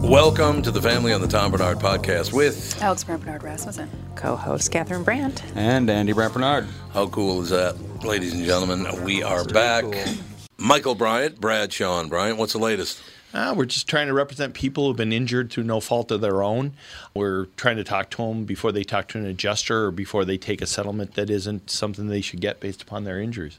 Welcome to the family on the Tom Bernard podcast with Alex Grant Bernard Rasmussen. co-host Catherine Brandt. And Andy Brant Bernard. How Cool Is That? Ladies and gentlemen, we are back. Michael Bryant, Brad Sean Bryant, what's the latest? Uh, we're just trying to represent people who've been injured through no fault of their own. We're trying to talk to them before they talk to an adjuster or before they take a settlement that isn't something they should get based upon their injuries.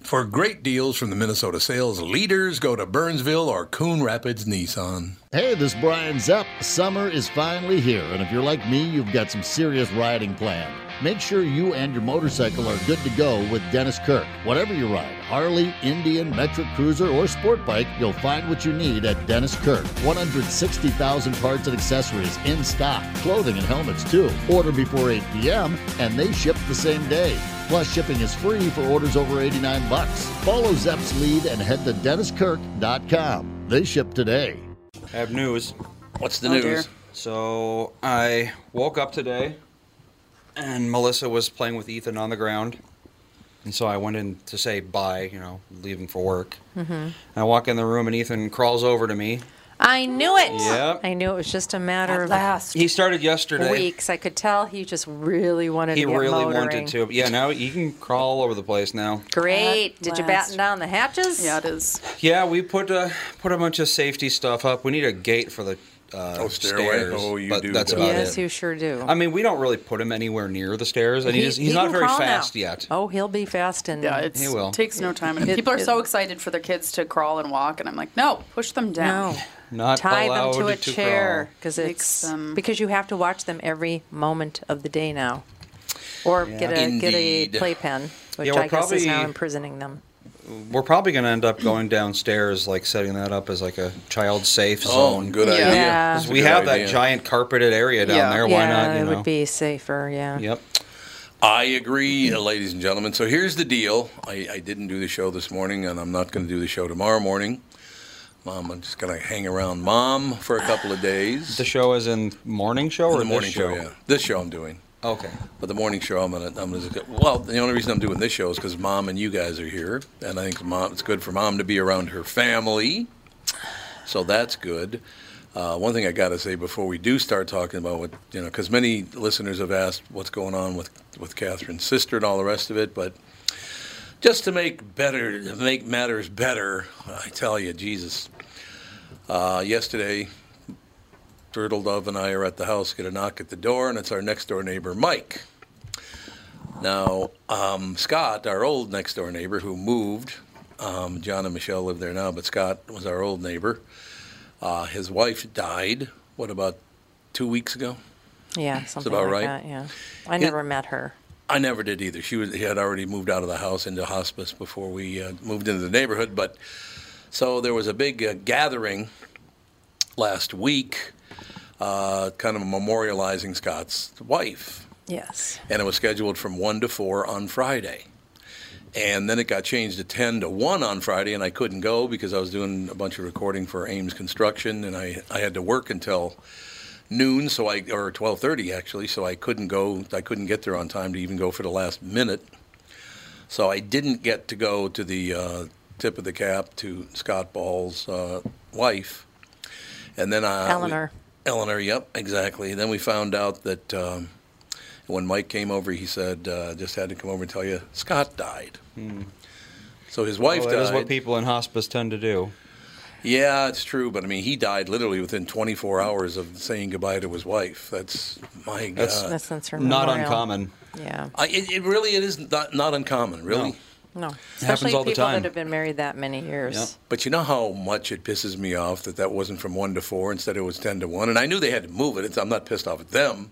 For great deals from the Minnesota sales leaders, go to Burnsville or Coon Rapids Nissan. Hey, this is Brian Zepp. Summer is finally here, and if you're like me, you've got some serious riding planned. Make sure you and your motorcycle are good to go with Dennis Kirk. Whatever you ride Harley, Indian, Metric Cruiser, or Sport Bike you'll find what you need at Dennis Kirk. 160,000 parts and accessories in stock, clothing and helmets too. Order before 8 p.m., and they ship the same day. Plus, shipping is free for orders over 89 bucks. Follow Zepp's lead and head to DennisKirk.com. They ship today. I have news. What's the Oh, news? dear. So I woke up today and Melissa was playing with Ethan on the ground. And so I went in to say bye, you know, leaving for work. Mm-hmm. And I walk in the room and Ethan crawls over to me. I knew it. Yep. I knew it was just a matter At of last. He started yesterday. weeks. I could tell he just really wanted He to get really motoring. wanted to. Yeah, now he can crawl all over the place now. Great. At Did you batten last. down the hatches? Yeah, it is. Yeah, we put a put a bunch of safety stuff up. We need a gate for the uh, Oh, stairway? Stairs, Oh, you but do, That's do. about Yes, it. you sure do. I mean, we don't really put him anywhere near the stairs, and he's he's he not can very crawl now. fast yet. Oh, he'll be fast and Yeah, it's, He will. takes no time. And It- people are it- so excited for their kids to crawl and walk, and I'm like, no, push them down. no. Not Tie them allowed to a to chair because Makes it's them- because you have to watch them every moment of the day now, or get a get a Indeed. playpen, which Yeah, we're I guess is now probably- imprisoning them. We're probably going to end up going downstairs, like setting that up as like a child safe Oh, zone. good Yeah. idea. Yeah. That's a We good have idea. that giant carpeted area down Yeah. there. Why yeah, not? You it know. would be safer. Yeah. Yep. I agree, uh, ladies and gentlemen. So here's the deal. I, I didn't do the show this morning, and I'm not going to do the show tomorrow morning. Mom, I'm just going to hang around mom for a couple of days. The show is in morning show or the morning this show, yeah. This show I'm doing. Okay. But the morning show, I'm gonna, I'm gonna. Well, the only reason I'm doing this show is because mom and you guys are here, and I think mom, it's good for mom to be around her family, so that's good. Uh, one thing I got to say before we do start talking about what you know, because many listeners have asked what's going on with with Catherine's sister and all the rest of it, but just to make better, to make matters better, I tell you, Jesus. Uh, yesterday, Turtle Dove and I are at the house, get a knock at the door, and it's our next door neighbor, Mike. Now, um, Scott, our old next door neighbor who moved, um, John and Michelle live there now, but Scott was our old neighbor. Uh, his wife died, what, about two weeks ago? Yeah, something about like right. that. Yeah, I never met her. I never did either. She was, he had already moved out of the house into hospice before we uh, moved into the neighborhood, but So there was a big uh, gathering last week, uh, kind of memorializing Scott's wife, Yes. and it was scheduled from one to four on Friday. And then it got changed to 10 to 1 on Friday, and I couldn't go because I was doing a bunch of recording for Ames Construction, and I, I had to work until noon, so I or 12:30 actually, so I couldn't go. I couldn't get there on time to even go for the last minute. So I didn't get to go to the uh, tip of the cap to Scott Ball's uh, wife, and then uh, we- Eleanor. Eleanor, yep, exactly. Then we found out that um, when Mike came over, he said, uh, "Just had to come over and tell you Scott died." So his wife Hmm. Well, died. that is what people in hospice tend to do. Yeah, it's true, but I mean, he died literally within 24 hours of saying goodbye to his wife. That's my God. That's- That's that's her Not memorial. uncommon. Yeah. I, it, it really it is not, not uncommon, really. No. No. happens Especially all the people time. that have been married that many years. But you know how much it pisses me off that that wasn't from one to four instead it was ten to one. And I knew they had to move it. It's, I'm not pissed off at them,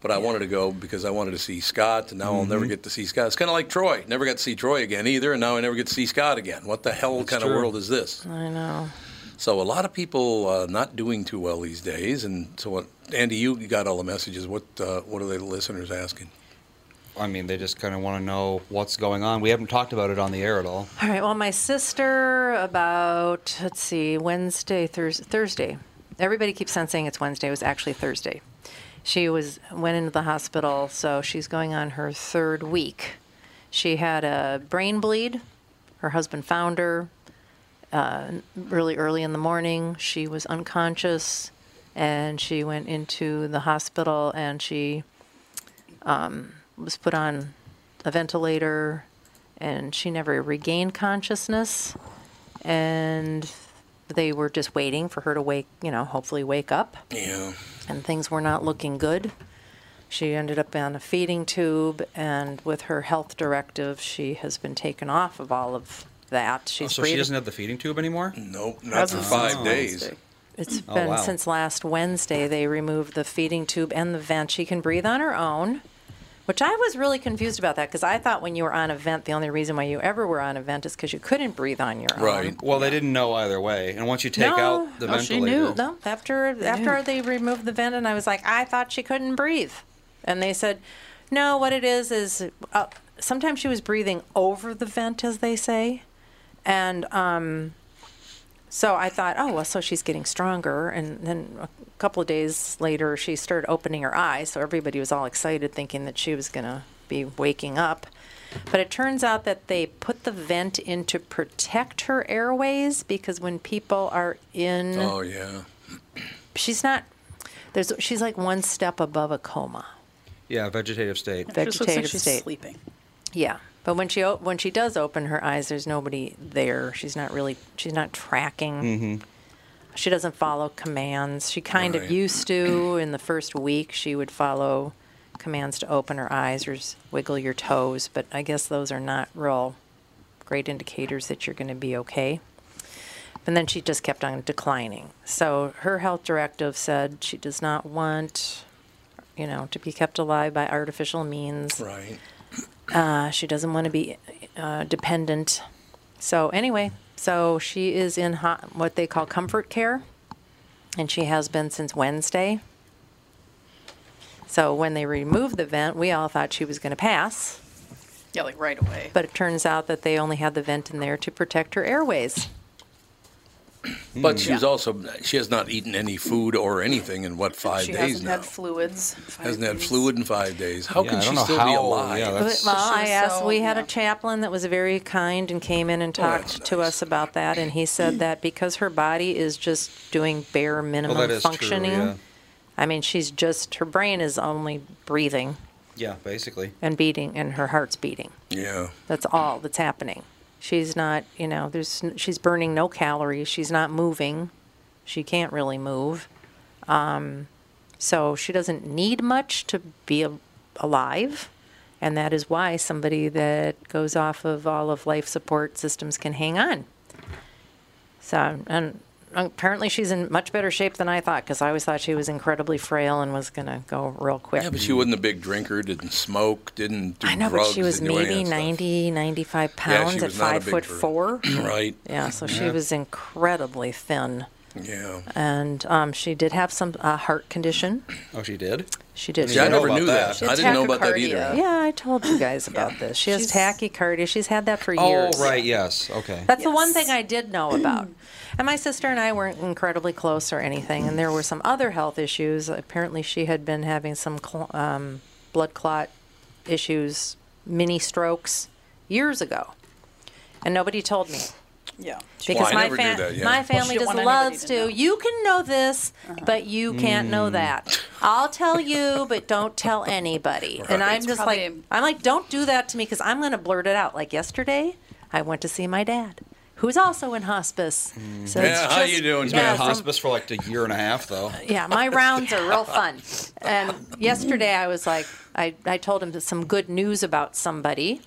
but I wanted to go because I wanted to see Scott, and now I'll never get to see Scott. It's kind of like Troy. Never got to see Troy again either, and now I never get to see Scott again. What the hell kind true. of world is this? I know. So a lot of people uh, not doing too well these days. And so what? Andy, you got all the messages. What uh, what are the listeners asking? I mean, they just kind of want to know what's going on. We haven't talked about it on the air at all. All right. Well, my sister, about, let's see, Wednesday, Thursday, Thursday. Everybody keeps on saying it's Wednesday. It was actually Thursday. She was went into the hospital, so she's going on her third week. She had a brain bleed. Her husband found her uh, really early in the morning. She was unconscious, and she went into the hospital, and she um, was put on a ventilator and she never regained consciousness and they were just waiting for her to wake you know hopefully wake up Yeah. and things were not looking good she ended up on a feeding tube and with her health directive she has been taken off of all of that she's Oh, so she breathing doesn't have the feeding tube anymore? Nope, not for Hasn't five since days. Wednesday. It's been Oh, wow. since last Wednesday. They removed the feeding tube and the vent. She can breathe on her own, which I was really confused about that because I thought when you were on a vent, the only reason why you ever were on a vent is because you couldn't breathe on your own. Right. Well, they didn't know either way. And once you take No. out the Um, Oh, she ventilator, knew. No, after after they removed the vent, and I was like, I thought she couldn't breathe, and they said, no, what it is is uh, sometimes she was breathing over the vent, as they say, and um, so I thought, oh well, so she's getting stronger, and then a couple of days later, she started opening her eyes, so everybody was all excited, thinking that she was gonna be waking up. But it turns out that they put the vent in to protect her airways because when people are in Oh yeah. she's not there's she's like one step above a coma yeah, vegetative state. She just looks like vegetative she's state sleeping. yeah but when she o- when she does open her eyes there's nobody there she's not really she's not tracking Mm-hmm. Mm-hmm. she doesn't follow commands she kind of Right. used to in the first week she would follow commands to open her eyes or s- wiggle your toes but i guess those are not real great indicators that you're going to be okay And then she just kept on declining. So her health directive said she does not want, you know, to be kept alive by artificial means. Right. Uh, she doesn't want to be uh, dependent. So anyway, so she is in hot, what they call comfort care, and she has been since Wednesday. So when they removed the vent, we all thought she was going to pass, Yeah, like right away. but it turns out that they only had the vent in there to protect her airways. Hmm. But she's also she has not eaten any food or anything in what five she days hasn't now. had fluids. Five hasn't had days. fluid in five days. How Yeah, can I don't she know still be how- alive? yeah, Well, that's- well, She I was asked. so- we had yeah. a chaplain that was very kind and came in and that's talked to nice. us about that, and he said that because her body is just doing bare minimum that is true, functioning. yeah. I mean, she's just her brain is only breathing Yeah, basically. and beating, and her heart's beating. yeah. That's all that's happening. She's not, you know, there's n- she's burning no calories. She's not moving. She can't really move. Um, so she doesn't need much to be a- alive. And that is why somebody that goes off of all of life support systems can hang on. So, and apparently she's in much better shape than I thought because I always thought she was incredibly frail and was going to go real quick. Yeah, but she wasn't a big drinker, didn't smoke, didn't do I know, drugs. but she was didn't do any maybe of that stuff. 90, 95 pounds she at was not a five big foot person. four. Right. yeah, so she was incredibly thin. Yeah. And um, she did have some uh, heart condition. Oh, she did. She did. See, I didn't know never about knew that. that. I didn't know about that either. Tachycardia. yeah, I told you guys about this. She has She's- tachycardia. She's had that for Oh, years. right. Yes. Okay. That's the one Yes. thing I did know about. And my sister and I weren't incredibly close or anything, and there were some other health issues. Apparently, she had been having some cl- um, blood clot issues, mini strokes years ago, and nobody told me Yeah. because I my, never knew that, yeah. my family She didn't just want anybody loves to know. to. You can know this, Uh-huh. but you can't Mm. know that. I'll tell you, but don't tell anybody. And I'm It's just like, probably- I'm like, don't do that to me because I'm going to blurt it out. Like yesterday, I went to see my dad, who's also in hospice. Mm. So it's Yeah, how just- you doing, He's Dad? been Yeah, in some- hospice for like a year and a half, though. yeah, my rounds are real fun. And yesterday I was like, I, I told him some good news about somebody.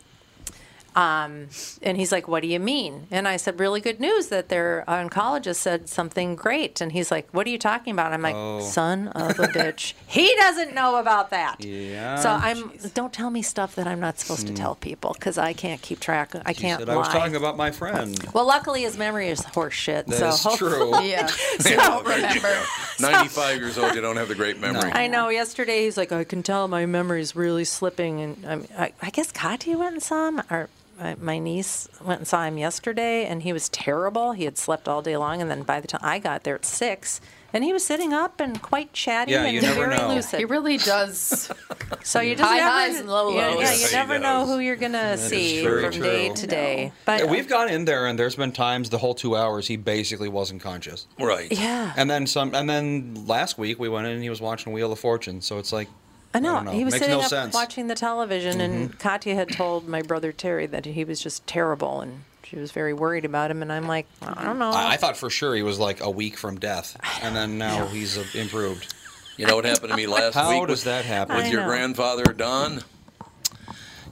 Um, and he's like, What do you mean? And I said, Really good news that their oncologist said something great. And he's like, What are you talking about? I'm like, Oh. Son of a bitch. he doesn't know about that. Yeah. Hmm. So I'm, don't tell me stuff that I'm not supposed to tell people because I can't keep track. I She can't said lie. I was talking about my friend. well, luckily his memory is horse shit. That so is hopefully- true. Yeah. Yeah, don't okay. remember. 95 years old, you don't have the great memory. I know. Yesterday, he's like, I can tell my memory's really slipping, and I, mean, I, I guess Katya went and saw him. Or my, my niece went and saw him yesterday, and he was terrible. He had slept all day long, and then by the time I got there at six, and he was sitting up and quite chatty Yeah, and you never very know. lucid. He really does. so you just High never, highs and low you- Yeah, lows. you Yes, he never know does. who you're gonna see very from day true. to day. No. But uh, We've gone in there, and there's been times the whole two hours he basically wasn't conscious. Right. yeah, And then some. And then last week we went in, and he was watching Wheel of Fortune. So it's like, I know. don't He was Makes sitting no up sense. watching the television, and Katya had told my brother Terry that he was just terrible, and she was very worried about him. And I'm like, I don't know. I, I thought for sure he was like a week from death, and then now he's uh, improved. You know what happened to me last How week? does with- that happen? With I your know. grandfather, Don?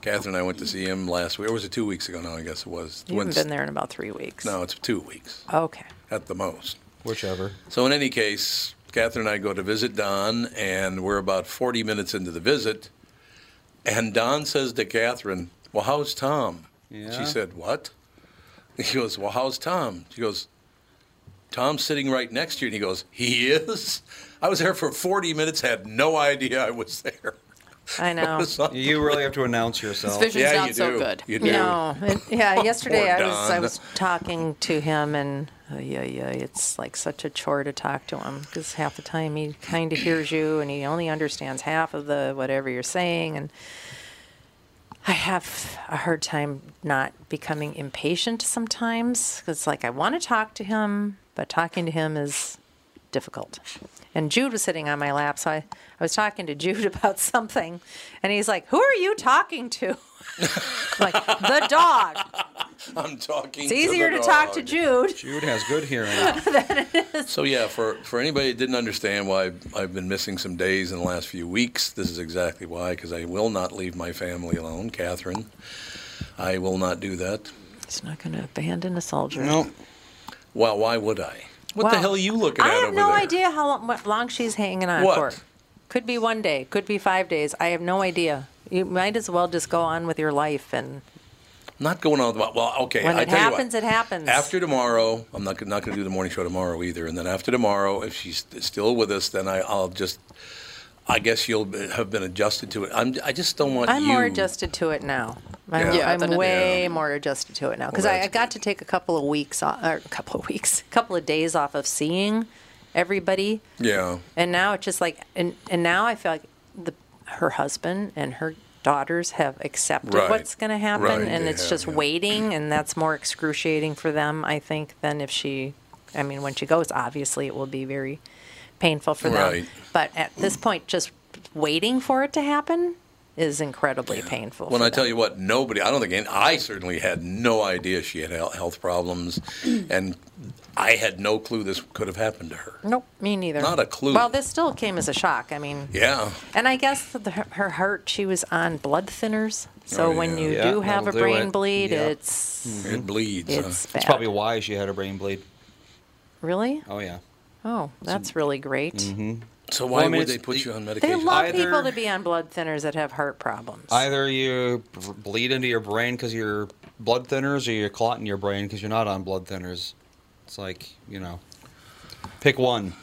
Catherine and I went to see him last week. Or was it two weeks ago? No, I guess it was. you When- haven't been there in about three weeks. No, it's two weeks Okay. at the most. Whichever. So in any case, Catherine and I go to visit Don, and we're about 40 minutes into the visit, and Don says to Catherine, "Well, how's Tom?" Yeah. She said, "What?" He goes, "Well, how's Tom?" She goes, "Tom's sitting right next to you," and he goes, "He is." I was there for 40 minutes, had no idea I was there. I know. It's like- You really have to announce yourself. Vision's yeah, not you so do. good. You do. No. It- yeah. Yesterday I was I Don. was talking to him and uh, yeah yeah it's like such a chore to talk to him because half the time he kind of hears you and he only understands half of the whatever you're saying and I have a hard time not becoming impatient sometimes. 'cause It's like I want to talk to him, but talking to him is difficult. And Jude was sitting on my lap, so I, I was talking to Jude about something, and he's like, "Who are you talking to?" I'm like the dog. I'm talking. It's easier to, the talk to dog. Jude. Jude has good hearing. So yeah, for for anybody that didn't understand why I've been missing some days in the last few weeks, this is exactly why. Because I will not leave my family alone, Catherine. I will not do that. He's not going to abandon a soldier. no. Well, why would I? What the Wow. hell are you looking I at have over no there? idea how long, what- long she's hanging on What? for. Could be one day. Could be five days. I have no idea. You might as well just go on with your life, and I'm not going on. About, well, okay. when I it tell you what. happens, it happens. After tomorrow, I'm not not going to do the morning show tomorrow either. And then after tomorrow, if she's still with us, then I, I'll just. I guess you'll be- have been adjusted to it. I'm, I just don't want I'm you. more adjusted to it now. I'm, Yeah. I'm Yeah. way more adjusted to it now because I, that's I got to take a couple of weeks, off, or a couple of weeks, a couple of days off of seeing everybody. Yeah. And now it's just like, and, and now I feel like the her husband and her daughters have accepted Right. what's going to happen, Right, and they it's have, just yeah. waiting, and that's more excruciating for them, I think, than if she. I mean, when she goes, obviously it will be very painful for Right. them. But at this point, just waiting for it to happen is incredibly painful. When for I tell them. you what, nobody, I don't think, any, I certainly had no idea she had hel- health problems. and I had no clue this could have happened to her. nope, me neither. Not a clue. Well, this still came as a shock. I mean, Yeah. And I guess that the, her heart, she was on blood thinners. So Oh, when yeah. you Yeah, do have a that'll do brain it. uh, bleed, Yeah. it's It bleeds. huh? it's bad. It's probably why she had a brain bleed. Really? Oh yeah. Mm-hmm. Oh, that's really great. So why Well, I mean, would they it's- put you on They medication? love Either- people to be on blood thinners that have heart problems. Either you b- bleed into your brain because you're blood thinners, or you clot in your brain because you're not on blood thinners. It's like you know, pick one.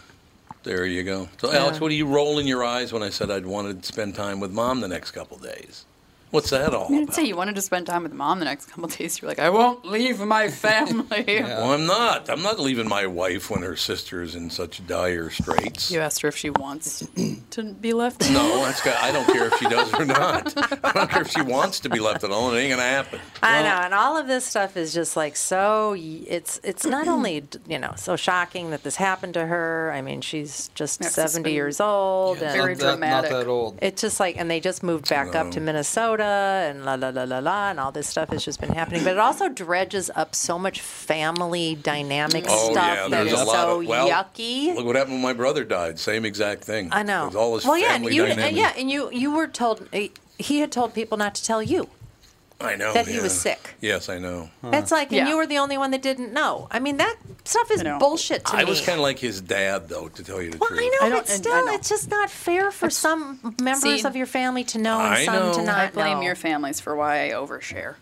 there you go. So Alex, what do you roll in your eyes when I said I'd wanted to spend time with mom the next couple days? What's that all You about? didn't say you wanted to spend time with mom the next couple days. You're like, I won't leave my family. Well, I'm not. I'm not leaving my wife when her sister is in such dire straits. You asked her if she wants to be left. No, that's got, I don't care if she does or not. I don't care if she wants to be left alone. It ain't gonna happen. I know, and all of this stuff is just like so. y- It's it's not only d- you know so shocking that this happened to her. I mean, she's just Yes, it's seventy been years old, Yeah, and Very not that, not dramatic. that old. it's just like, and they just moved back up to Minnesota, and la la la la la, and all this stuff has just been happening. But it also dredges up so much family dynamic Oh, stuff yeah, that there's is a lot so of well, yucky. Look what happened when my brother died. Same exact thing. I know. With all this well, yeah, and family you, dynamic. yeah, and you you were told eh, he had told people not to tell you. I know that he was yeah. sick. Yes, I know. That's like, and Yeah. you were the only one that didn't know. I mean, that stuff is I know. bullshit to I me. was kind of like his dad, though, to tell you the well, truth. I know, I don't- but and I still, know. it's just not fair for some members See? of your family to know and I some to know. not I blame know. your families for why I overshare.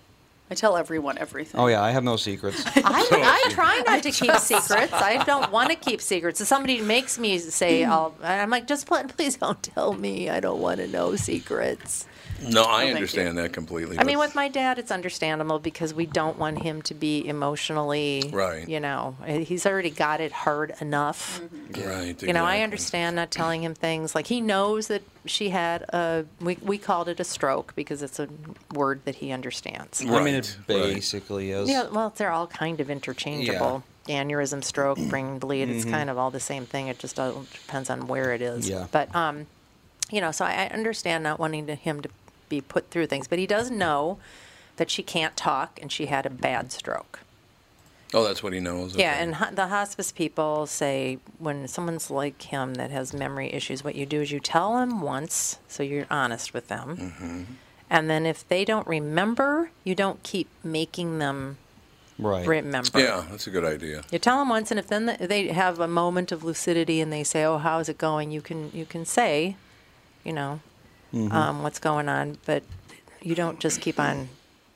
I tell everyone everything. Oh yeah, I have no secrets. I, I try not to keep secrets. I don't want to keep secrets. If somebody makes me say, I'll, I'm like, just pl- please don't tell me. I don't want to know secrets. No, I thank you. understand that completely. I mean, but- with my dad, it's understandable because we don't want him to be emotionally, Right. you know, he's already got it hard enough. Mm-hmm. right, You know, I exactly. understand not telling him things. Like he knows that she had a. We, we called it a stroke because it's a word that he understands. Right, I mean, it right. basically is. Yeah, well, they're all kind of interchangeable. Aneurysm, stroke, brain bleed. It's kind of all the same thing. It just all depends on where it is. Mm-hmm. Yeah. But um, you know, so I I understand not wanting to, him to be put through things, but he does know that she can't talk and she had a bad stroke. Oh, that's what he knows. Yeah, okay. and ho- the hospice people say when someone's like him that has memory issues, what you do is you tell them once, so you're honest with them. Mm-hmm. And then if they don't remember, you don't keep making them Right. remember. yeah, that's a good idea. You tell them once, and if then th- they have a moment of lucidity and they say, "Oh, how's it going?" You can you can say, you know, Mm-hmm. um, what's going on, but you don't just keep on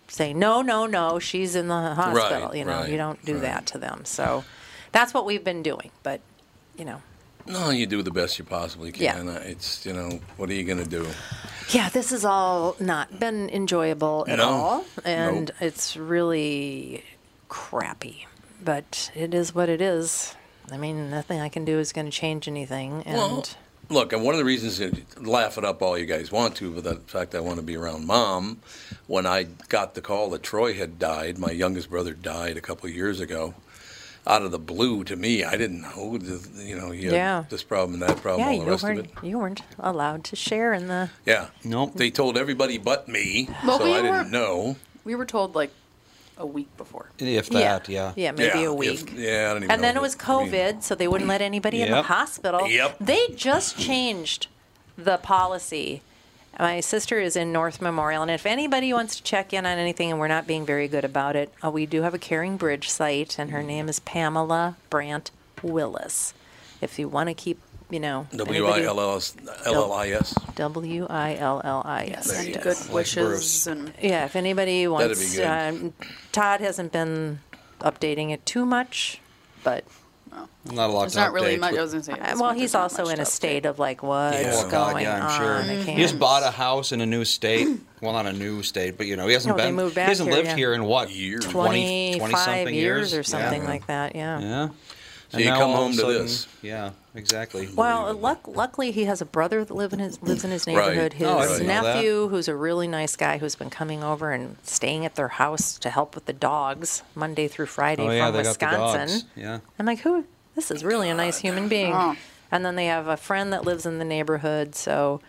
saying, "No, no, no, she's in the hospital." Right, you know, right, you don't do right. that to them. So that's what we've been doing, but you know, No, you do the best you possibly Yeah. can. I- It's you know, what are you gonna do? yeah, this has all not been enjoyable at No. all, and Nope. it's really crappy. But it is what it is. I mean, nothing I can do is going to change anything, and. Well, look, and one of the reasons to laugh it up all you guys want to, but the fact I want to be around mom, when I got the call that Troy had died, my youngest brother died a couple of years ago. Out of the blue to me, I didn't know. th- You know, he had Yeah. this problem and that problem, Yeah, all the you rest of weren't it. you weren't allowed to share in the Yeah. Nope. They told everybody but me, Well, so we I were- didn't know. We were told like a week before. If that, yeah. yeah maybe Yeah, a if- week. yeah, I don't even and know then it what- was I mean- COVID, so they wouldn't let anybody in the Yep. hospital. Yep. They just changed the policy. My sister is in North Memorial, and if anybody wants to check in on anything, and we're not being very good about it, uh, we do have a Caring Bridge site, and her name is Pamela Brandt Willis. If you want to keep, you know, anybody- W I L L S L L I S. W I L L I S. And you good go. wishes and Yeah, if anybody That'd be wants, good. um, Todd hasn't been updating it too much, but Not a lot. there's to not really update. much. I was gonna say. there's well, not- he's there's not also much in a to update. state of like what's Yeah. Oh, going God, yeah, I'm on. sure. I He can't- just bought a house in a new state. well, not a new state, but you know, he hasn't No, they been. moved back he hasn't here, lived yeah. here in what Years. 20 25 20-something years, or years? something Yeah. like that. Yeah. Yeah. So you come home to sudden- this. Yeah, exactly. Well, luck, luckily he has a brother that live in his, lives in his neighborhood. His Oh, I didn't know that. nephew, who's a really nice guy, who's been coming over and staying at their house to help with the dogs Monday through Friday oh yeah, from they got the Wisconsin. dogs. Yeah. I'm like, who? This is really a nice human being. Oh. And then they have a friend that lives in the neighborhood, so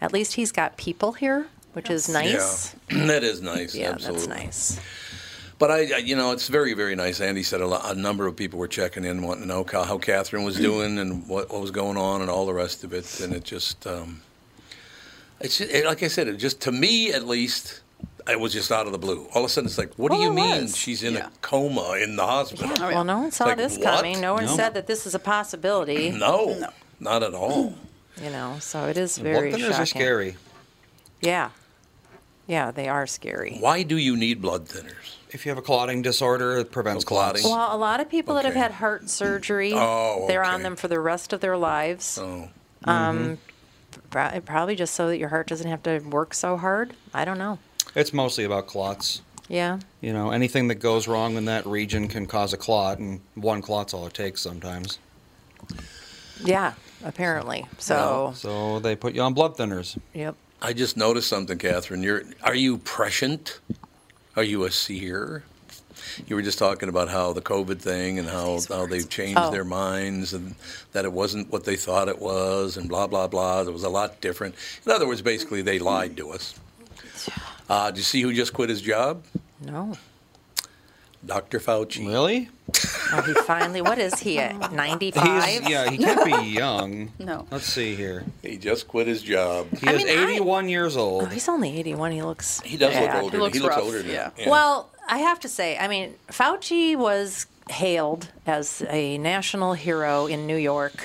at least he's got people here, which is nice. Yeah, that is nice. Yeah, absolutely. that's nice. But I, I, you know, it's very, very nice. Andy said a, lot, a number of people were checking in, wanting to know ca- how Catherine Mm. was doing and what, what was going on and all the rest of it. And it just, um, it's ju- it, like I said, it just to me at least, it was just out of the blue. All of a sudden, it's like, what do Well, you it mean was. she's in Yeah. a coma in the hospital? Oh, yeah. Well, no one saw Like, this what? coming. No one No. said that this is a possibility. No, not at all. You know, so it is very blood thinners shocking. are scary. Yeah, yeah, they are scary. Why do you need blood thinners? If you have a clotting disorder, it prevents Oh, clotting. clots. Well, a lot of people that have Okay. had heart surgery, Oh, they're on okay. them for the rest of their lives. Um, Oh, Mm-hmm. Pro- Probably just so that your heart doesn't have to work so hard. I don't know. It's mostly about clots. Yeah. You know, anything that goes wrong in that region can cause a clot, and one clot's all it takes sometimes. Yeah, apparently. So, So they put you on blood thinners. yep. I just noticed something, Catherine. You're are you prescient? Are you a seer? You were just talking about how the COVID thing and how, how they've changed Oh. their minds and that it wasn't what they thought it was and blah blah blah. There was a lot different. In other words, basically they lied to us. Uh, do you see who just quit his job? No. Dr. Fauci. Really? Oh, he finally, what is he at? 95? He's, yeah, he can't be young. No. Let's see here. He just quit his job. He is mean, I- 81 years Oh, old. he's only 81. He looks. He does bad. look older. He looks rough, older. now. yeah. Well, I have to say, I mean, Fauci was hailed as a national hero in New York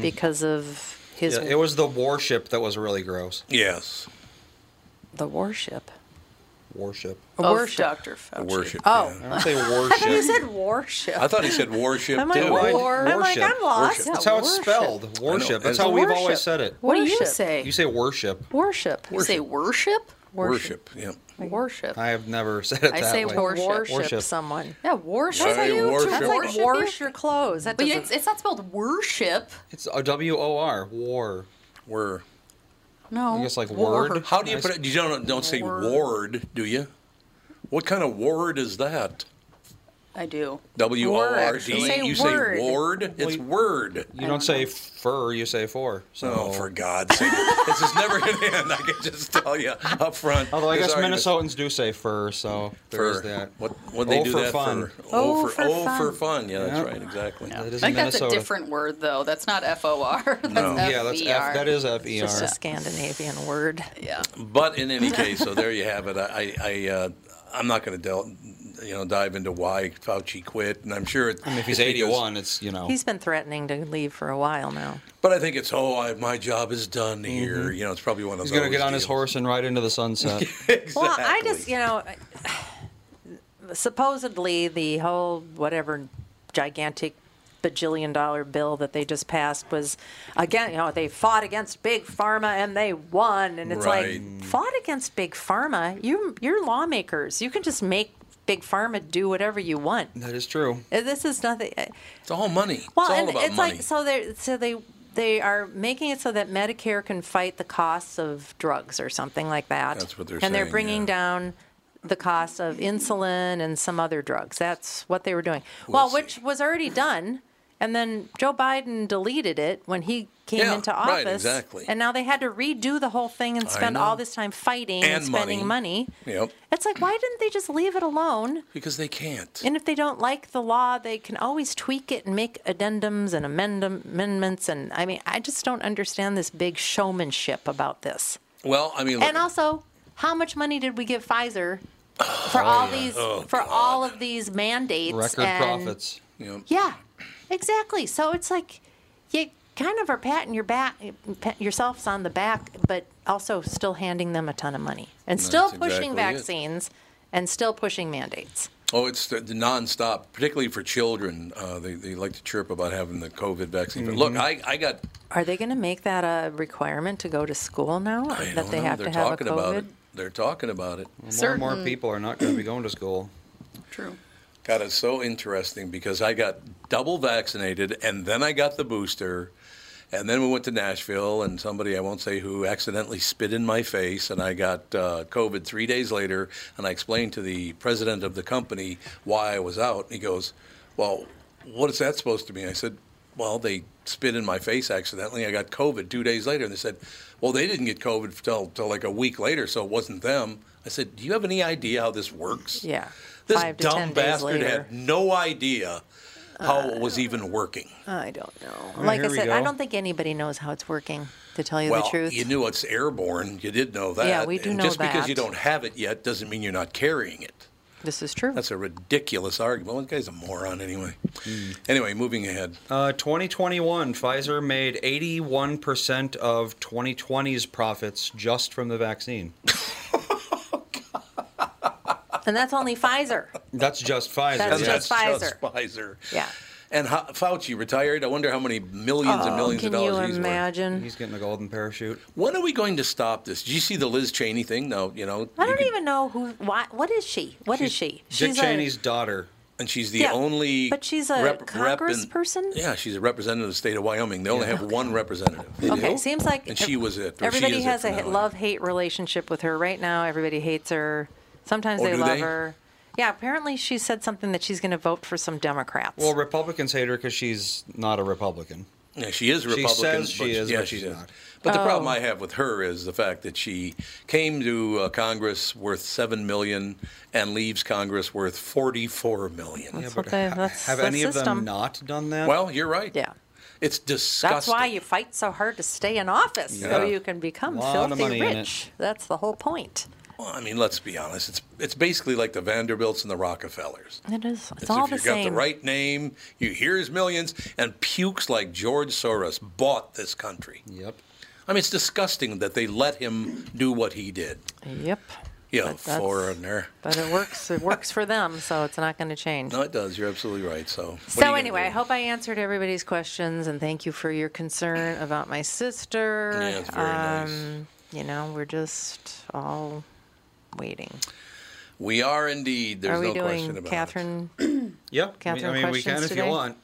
because of his Mm-hmm. Yeah, it was the warship that was really gross. yes. the warship. Warship. Of Worship. Dr. Fauci. Worship. Oh. yeah. I don't say I thought you warship. said warship. I thought he said warship I'm like, too. what? Why- War- I'm like, I'm lost. Warship. Yeah, That's how it's warship. spelled. Warship. That's it's how we've Worship. always said it. What do you Worship. say? You say worship. Worship. You say worship? Worship. Yeah. Worship. I have never said it I that say way. worship. Worship. someone. Yeah, worship. That's how you- Worship. That's like Worship you? wash your clothes. That But doesn't. it's, it's not spelled worship. It's a W O R. War. We're No. I guess like War. word. How do you put it? You don't don't say Ward. ward, do you? What kind of ward is that? I do. W O R D. E? actually. Say You say word. ward. It's word. You don't say fur, you say four. So. Oh, for God's sake! this is never going to end. I can just tell you up front. Although I This guess argument- Minnesotans do say fur, so there is for that. what what they Oh, do for that fun. for? Oh, Oh, for for oh fun. for fun. Yeah, that's Yeah. right. Exactly. That I is in think that's a Minnesota. different word, though. That's not F O R. That's No. Yeah, that's F. That is F E R. just a Scandinavian word. Yeah. But in any case, so there you have it. I, I, I uh, I'm not going to del- you know, dive into why Fauci quit, and I'm sure. It, I mean, If he's 81, it's, you know. He's been threatening to leave for a while now. But I think it's oh, I, my job is done Mm-hmm. here. You know, it's probably one of He's those. going to get on his deals. horse and ride into the sunset. Exactly. Well, I just, you know, supposedly the whole whatever gigantic bajillion dollar bill that they just passed was again, you know, they fought against big pharma and they won, and it's Right. like fought against big pharma. You, you're lawmakers. You can just make big pharma do whatever you want. Uh, that is true. This is nothing. It's all money. Well, it's all and about it's money. like so they so they they are making it so that Medicare can fight the costs of drugs or something like that. That's what they're And saying, they're bringing yeah. down the cost of insulin and some other drugs. That's what they were doing. We'll Well, which was already done. And then Joe Biden deleted it when he came Yeah, into right, office. exactly. And now they had to redo the whole thing and spend know. all this time fighting and, And spending money. money. Yep. It's like why didn't they just leave it alone? because they can't. And if they don't like the law, they can always tweak it and make addendums and amendum- amendments. And I mean, I just don't understand this big showmanship about this. well, I mean, look, And also, how much money did we give Pfizer for Oh, all these for all of these mandates? Record and- profits. you know, Yeah, exactly. So it's like you kind of are patting your back pat yourselves on the back, but also still handing them a ton of money and still pushing exactly it. vaccines and still pushing mandates. Oh, it's the, the nonstop, particularly for children. Uh, they, they like to chirp about having the COVID vaccine. But Mm-hmm. look, I, I got. Are they going to make that a requirement to go to school now I that don't they know. have oh, They're to have a talking about it. COVID? They're talking about it. More and more Certain- people are not going to be going to school. True. God, it's so interesting because I got double vaccinated and then I got the booster. And then we went to Nashville, and somebody, I won't say who, accidentally spit in my face, and I got uh, COVID three days later. And I explained to the president of the company why I was out. And he goes, Well, what is that supposed to mean? I said, Well, they spit in my face accidentally. I got COVID two days later. And they said, Well, they didn't get COVID till, till like a week later, so it wasn't them. I said, Do you have any idea how this works? Yeah. This Five to dumb 10 days bastard later. had no idea how it was even working. I don't know. Like I here we said, I go. don't think anybody knows how it's working. to tell you well, the truth. you knew it's airborne. You did know that. Yeah, we do and know Just because you that. don't have it yet doesn't mean you're not carrying it. this is true. That's a ridiculous argument. Well, that guy's a moron anyway. Hmm. Anyway, moving ahead. Uh, 2021, Pfizer made 81% of 2020's profits just from the vaccine. And that's only Pfizer. That's just Pfizer. That's yeah. just Pfizer. Just Pfizer. Yeah. And how, Fauci retired. I wonder how many millions and millions Oh, Can of you dollars he's worth. imagine? He's getting a golden parachute. When are we going to stop this? Did you see the Liz Cheney thing? No, you know. I you don't could- even know who. Why, what is she? What is she? Dick a- Cheney's daughter. And she's the Yeah, only. but she's a congressperson? yeah, she's a representative of the state of Wyoming. They only have one representative. Okay, seems like And she was it. or she Everybody is it has from a now on. love hate relationship with her right now. Everybody hates her. Sometimes Oh, they do love they? her. Yeah, apparently she said something that she's going to vote for some Democrats. Well, Republicans hate her because she's not a Republican. Yeah, she is Republican. says she but- is, Yeah, but she she's is. not. But the Oh. problem I have with her is the fact that she came to uh, Congress worth seven million and leaves Congress worth forty-four million. that's what they, that's Have the any of system. them not done that? Well, you're right. Yeah. it's disgusting. That's why you fight so hard to stay in office, so Yeah. you can become Lot of filthy money in it. rich. That's the whole point. Well, I mean, let's be honest. It's it's basically like the Vanderbilts and the Rockefellers. It is. It's, all if the you got same. the right name, you hears millions, and pukes like George Soros bought this country. Yep. I mean, it's disgusting that they let him do what he did. Yep. You But that's- foreigner. But it works. It works for them, so it's not going to change. No, it does. You're absolutely right. So. what are you So gonna anyway, do? I hope I answered everybody's questions, and thank you for your concern about my sister. Um, Yeah, it's very nice. You know, we're just all waiting. we are indeed. There's Are we no question doing about it. Catherine? Yeah. we- Catherine, I mean, we questions can if today? you want.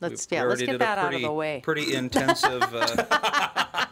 Let's We yeah, let's already get did a that out of pretty- the way. Pretty intensive. Uh,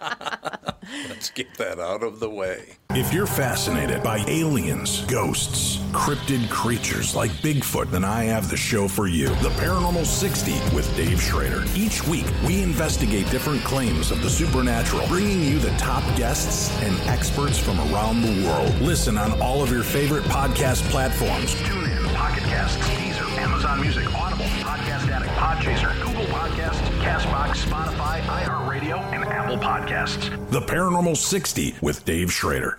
Let's get that out of the way. If you're fascinated by aliens, ghosts, cryptid creatures like Bigfoot, then I have the show for you The Paranormal 60 with Dave Schrader. Each week, we investigate different claims of the supernatural, bringing you the top guests and experts from around the world. Listen on all of your favorite podcast platforms. Tune in, Pocket Casts, Deezer, Amazon Music, Audible, Podcast Addict, Podchaser, Google Podcasts, Castbox, Spotify, iHeartRadio, and Apple Podcasts. The Paranormal 60 with Dave Schrader.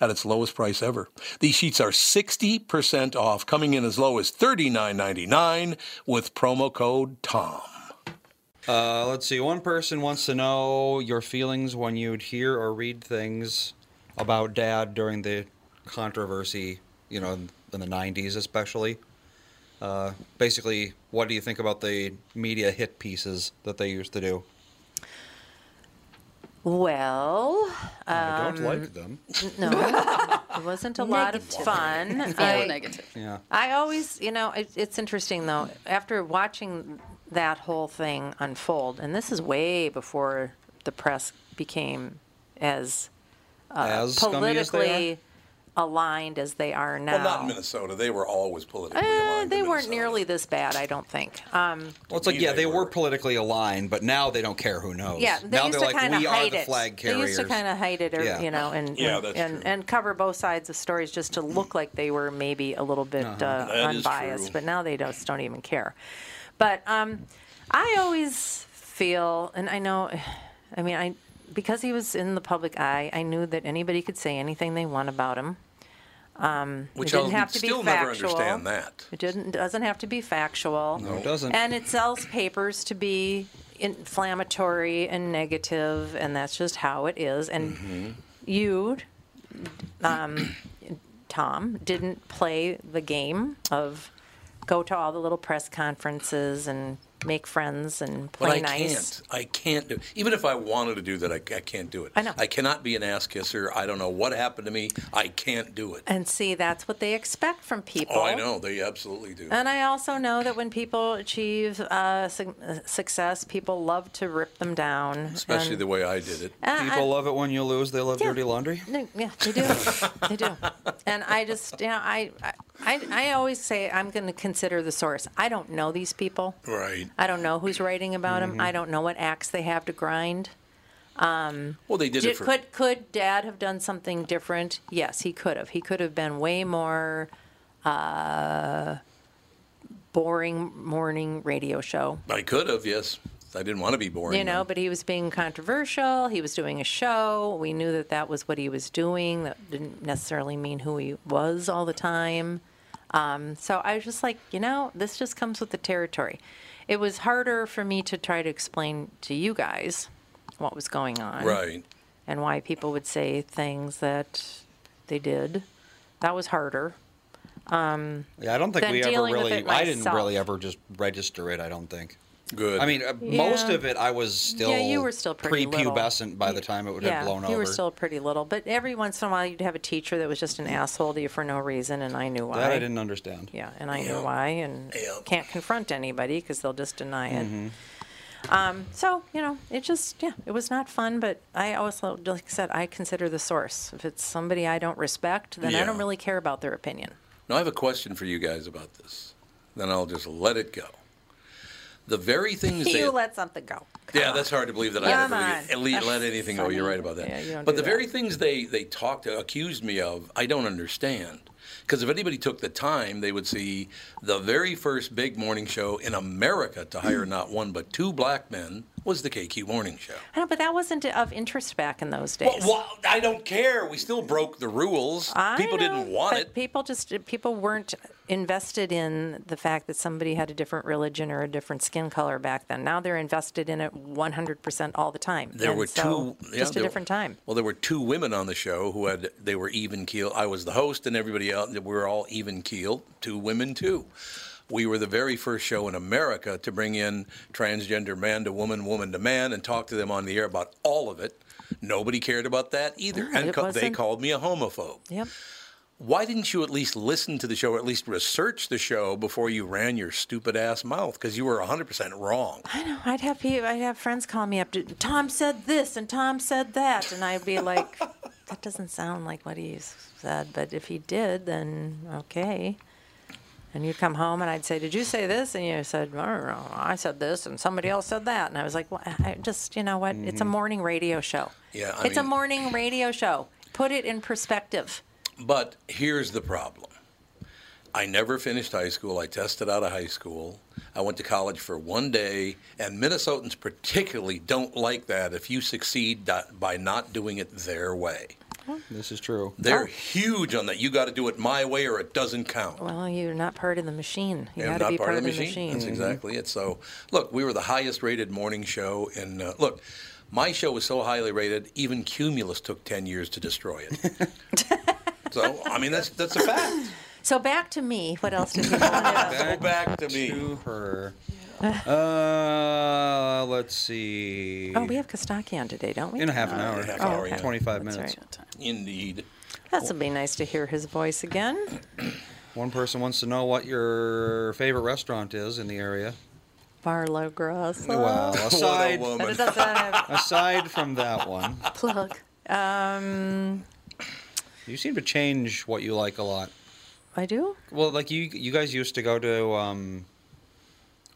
at its lowest price ever. These sheets are 60% off, coming in as low as $39.99 with promo code TOM. uh, let's see. One person wants to know your feelings when you'd hear or read things about Dad during the controversy, you know, in, in the 90s especially. Uh, basically, what do you think about the media hit pieces that they used to do? Well, um, I don't like them. no, it wasn't a lot of fun. Feel I- negative. Yeah. I always, you know, it, it's interesting though. After watching that whole thing unfold, and this is way before the press became as uh, As scummy as they are? politically aligned as they are now. Well, not Minnesota. They were always politically. Uh, they weren't nearly this bad, I don't think. Um, Well, it's like, yeah, they were politically aligned, but now they don't care who knows. yeah, they now used they're to like, kind of we are hide the it. flag they carriers. used to kind of hide it, or Yeah. you know, and Yeah, and, that's and, and cover both sides of stories just to look like they were maybe a little bit uh Uh-huh. That is unbiased, true. but now they just don't even care. But um, I always feel, and I know, I mean, I because he was in the public eye, I knew that anybody could say anything they want about him. Um, Which it didn't I'll have to be still never factual. understand that. It didn't doesn't have to be factual. No, it doesn't. And it sells papers to be inflammatory and negative, and that's just how it is. And Mm-hmm. you, um, Tom, didn't play the game of go to all the little press conferences and make friends and But I play nice. can't. I can't do. Even if I wanted to do that, I, I can't do it. I know. I cannot be an ass kisser. I don't know what happened to me. I can't do it. And see, that's what they expect from people. Um, Oh, I know. They absolutely do. And I also know that when people achieve uh, su- uh, success, people love to rip them down. Especially and- the way I did it. um, Uh, People I- love it when you lose. They love dirty laundry. No, yeah, they do. they do. And I just, you know, I, I, I always say I'm going to consider the source. I don't know these people. Right. I don't know who's writing about them. Mhm. I don't know what axe they have to grind. Um, Well, they did it for- Could could Dad have done something different? Yes, he could have. He could have been way more uh, boring morning radio show. I could have. Yes. I didn't want to be boring. You know, but he was being controversial. He was doing a show. We knew that that was what he was doing. That didn't necessarily mean who he was all the time. Um, so I was just like, you know, this just comes with the territory. It was harder for me to try to explain to you guys what was going on. Right. And why people would say things that they did. That was harder. Um, Yeah, I don't think than we ever dealing with really. it I didn't myself. really ever just register it. I don't think. Good. I mean, uh, most Yeah. of it I was still. Yeah, you were still pretty little. prepubescent by the time it would have blown you over. were still pretty little, but every once in a while you'd have a teacher that was just an asshole to you for no reason, and I knew why. that I didn't understand. Yeah, and I Yeah. knew why, and can't confront anybody because they'll just deny it. Mhm. Um, so you know, it just yeah, it was not fun. But I also, like I said, I consider the source. If it's somebody I don't respect, then I don't Yeah. really care about their opinion. Now, I have a question for you guys about this. Then I'll just let it go. The very things you that. let something go. yeah, that's hard to believe that Come I on. ever elite, That's let anything go. You're right about that. Yeah, you don't but do the that. very things they, they talked, accused me of, I don't understand. Because if anybody took the time, they would see the very first big morning show in America to hire not one but two black men was the KQ Morning Show. I know, but that wasn't of interest back in those days. Well, I don't care. We still broke the rules. I People know, didn't want but it. People just people weren't invested in the fact that somebody had a different religion or a different skin color back then. Now they're invested in it 100% all the time. There And were so, two, yeah, just a there- different time. Well, there were two women on the show who had they were even keel. I was the host, and everybody else we were all even keel. Two women too. We were the very first show in America to bring in transgender man to woman, woman to man, and talk to them on the air about all of it. Nobody cared about that either, Yeah, and it ca- they wasn't- called me a homophobe. Yep. Why didn't you at least listen to the show, or at least research the show before you ran your stupid ass mouth? Because you were 100% wrong. I know. I'd have people, I'd have friends call me up. To, Tom said this and Tom said that, and I'd be like, that doesn't sound like what he said. But if he did, then okay. And you'd come home, and I'd say, "Did you say this?" And you said, "I don't know. I said this, and somebody else said that." And I was like, well, I I just, you know what? It's a Mhm. morning radio show. Yeah, I it's a mean- morning radio show. Put it in perspective. But here's the problem. I never finished high school. I tested out of high school. I went to college for one day, and Minnesotans particularly don't like that if you succeed dot- by not doing it their way. This is true. Oh. They're huge on that. You got to do it my way or it doesn't count. Well, you're not part of the machine. You And got to be part, of the machine. That's exactly it. So, look, we were the highest rated morning show. And uh, look, my show was so highly rated, even Cumulus took 10 years to destroy it. so, I mean, that's, that's a fact. So back to me. What else did you? Go back to me. To her. Uh, let's see. Oh, we have Kostaki on today, don't we? in a half an hour, Oh, okay. 25 That's minutes. right. Indeed. That's would be nice to hear his voice again. One person wants to know what your favorite restaurant is in the area. Barlow Grosso. Wow. Aside, But it doesn't have aside from that one, plug. Um, You seem to change what you like a lot. I do. Well, like you, you guys used to go to um,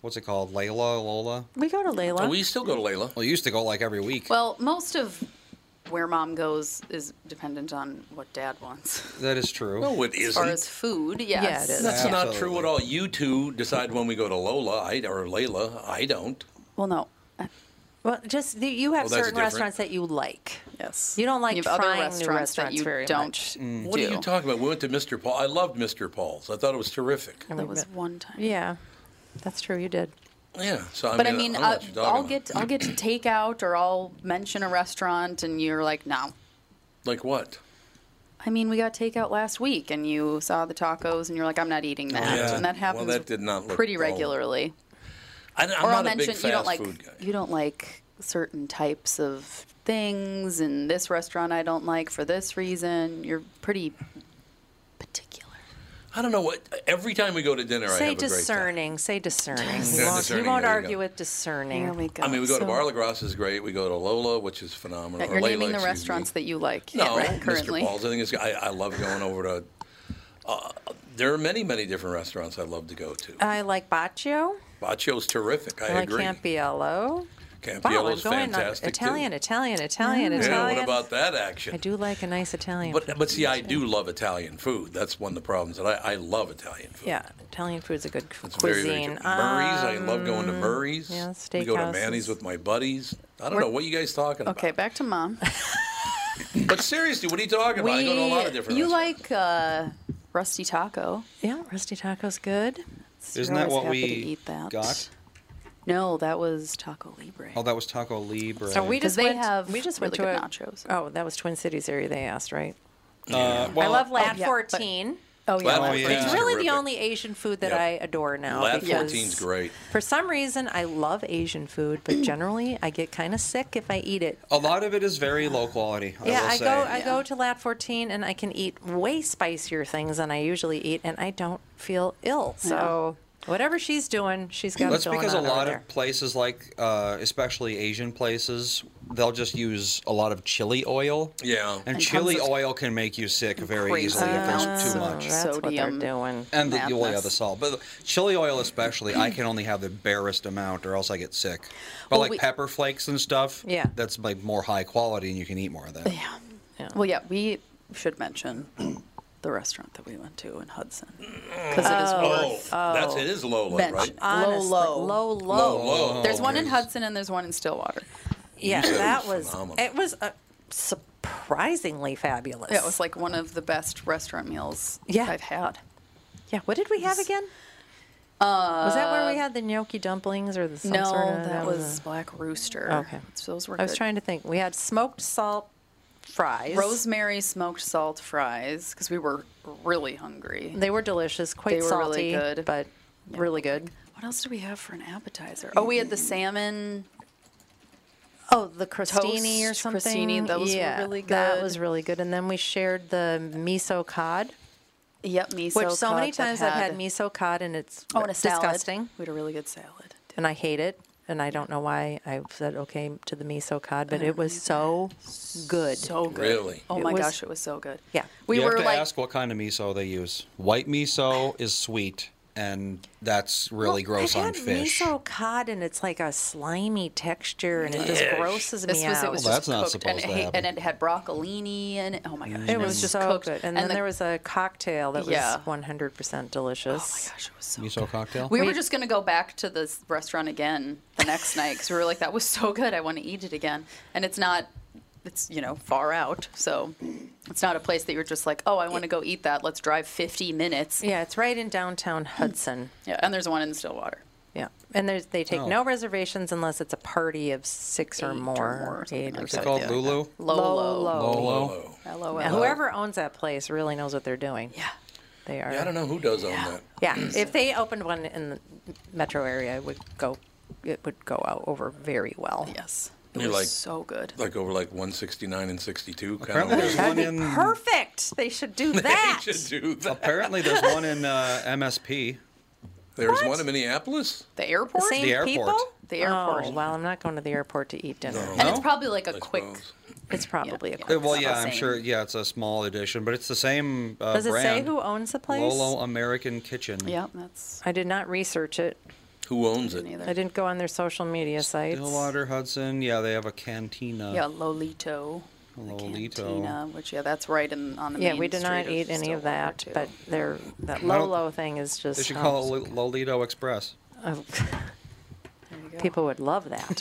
what's it called, Layla, Lola. We go to Layla. still go to Layla. Well, you used to go like every week. Well, most of where mom goes is dependent on what dad wants. That is true. No, it As far isn't. as food, yes. That's not true at all. You two decide when we go to Lola I, or Layla. I don't. Well, no. Well, just the, you have Well, that's certain different. restaurants that you like. Yes. You don't like You have other trying new restaurants restaurants that you very don't much. Mm. What are you talking about? We went to Mr. Paul. I loved Mr. Paul's. I thought it was terrific. There was one time. Yeah, that's true. You did. Yeah. So I but mean, I mean, don't know uh, what you're talking I'll about. get I'll get to takeout or I'll mention a restaurant and you're like, no. like what? I mean, we got takeout last week and you saw the tacos and you're like, I'm not eating that. Yeah. And that Well, happens that did not look- pretty oh. regularly. I, I'm or not I'll a big mention you fast don't like food guy. you don't like certain types of things and this restaurant I don't like for this reason. You're pretty I don't know what. Every time we go to dinner, I Say have a great time. discerning. Say discerning. Yeah, We won't, discerning, we won't there you argue go. with discerning. There we I mean, we go to So- Bar La Grasse is great. We go to Lola, which is phenomenal. that you're or Layla, naming the excuse me. restaurants that you like No, right, currently. Mr. Paul's. I think it's. I, I love going over to. Uh, there are many, many different restaurants I love to go to. I like Baccio. Baccio's terrific. I, I, like agree. Campiello. wow, I'm Campiello's going on fantastic Italian, too. Italian, Italian, Yeah, Italian. what about that I action? do like a nice Italian. But but see, I do love Italian food. That's one of the problems that I, I love Italian food. yeah, Italian food's a good cu- It's very, cuisine. Uh, very good. Murray's. I love going to Um, Murray's. Yeah, steakhouses. we go to Manny's with my buddies. I don't We're- know what you guys talking Okay, back to mom. about. But seriously, what are you talking about? I go to a lot of different. you restaurants. like uh, Rusty Taco. Yeah, Rusty Taco's good. Isn't that what we to eat that. got? No, Oh, that was Taco Libre. Oh, that was Taco Libre. So we 'Cause just they went, have we just went really to good a, nachos. Oh, that was Twin Cities area they asked, right? Uh, well, I love Lad oh, yeah, but- 14. Oh yeah, Lad Lad 14 's 14 's It's really terrific. the only Asian food that Yep. I adore now. Lat because 14's great. For some reason, I love Asian food, but generally, I get kind of sick if I eat it. A lot of it is very low quality. I yeah, will I say. go I go to Lat 14 and I can eat way spicier things than I usually eat, and I don't feel ill. So whatever she's doing, she's got. That's it going because a on over lot there. of places, like uh, especially Asian places, they'll just use a lot of chili oil. Yeah. And, And chili tons of- oil can make you sick very Crazy easily if there's too amounts much. of That's what they're sodium doing. And the, well, yeah, madness. the salt. But chili oil, especially, I can only have the barest amount or else I get sick. But Well, like we- pepper flakes and stuff, Yeah. that's like more high quality and you can eat more of that. Yeah. Well, yeah, we should mention the restaurant that we went to in Hudson because it is Oh, worth. that's- it is Lola, mention. right? Low, Honestly, low, low, low. Low, low, There's one in oh, okay. Hudson and there's one in Stillwater. yeah, said it that was was phenomenal. it was uh, surprisingly fabulous. Yeah, it was like one of the best restaurant meals Yeah. I've had. Yeah, what did we have again? Uh, was that where we had the gnocchi dumplings or the some No, sort of, that, was, Black Rooster. Oh, Okay. so those were. I was good. trying to think. We had smoked salt fries. rosemary smoked salt fries because we were really hungry. They were delicious, quite They were salty, really good. but really good. What else do we have for an appetizer? Oh, we had the salmon. Oh, the crostini or Toast something. crostini, those were yeah, really That good. was really good. And then we shared the miso cod, Yep, miso. which so many cup that times I've had miso cod, and it's Oh, and a salad. disgusting, We had a really good salad. and I hate it. And I don't know why I said okay to the miso cod, but it was so good. So good. Really? Oh It my was- gosh, it was so good. Yeah. We you were have to like ask what kind of miso they use. White miso is sweet, and that's really Well, gross I've on had fish. miso cod, and it's like a slimy texture, and it just Yes. grosses this me was out. it was Well, just that's not cooked and supposed it, to had- happen. and it had broccolini and oh my gosh, It was just so cooked. good. And, then the- there was a cocktail that Yeah. was 100% delicious. Oh my gosh, it was so miso cocktail. We were just going to go back to this restaurant again the next night because we were like, that was so good. I want to eat it again. And it's not, it's, you know, far out. So it's not a place that you're just like, oh, I want to go eat that. Let's drive 50 minutes. Yeah, it's right in downtown Hudson. Yeah. And there's one in Stillwater. Yeah. And there's, they take Oh. no reservations unless it's a party of six or more. eight or What's it called? something like Lulu? that. Lolo. Lolo. Lolo. Yeah, whoever owns that place really knows what they're doing. Yeah. They are. Yeah, I don't know who does own that. Yeah, if they opened one in the metro area, it would go, it would go out over very well. Yes, You like so good. Like over like 169 and 62. Kind Apparently of there's one in. Perfect. They should do that. They should do that. Apparently there's one in uh, MSP. There's one in Minneapolis. The airport? The same The airport. people? The airport. Oh, well, I'm not going to the airport to eat dinner. And it's probably like a quick It's probably a Uh, Quince. Well, yeah, I'm sure. Yeah, it's a small edition, but it's the same uh, Does it say brand. who owns the place? Lolo American Kitchen. that's. I did not research it. Who owns it? I didn't go on their social media sites. Stillwater Hudson. Yeah, they have a cantina. Yeah, Lolito. Lolito. Tina, which yeah, that's right in on the Yeah, main we did not street of eat any of Stillwater, that, too. but they're, that I don't- Lolo thing is just. They should oh, call it Lo- Lolito Express. oh, People would love that.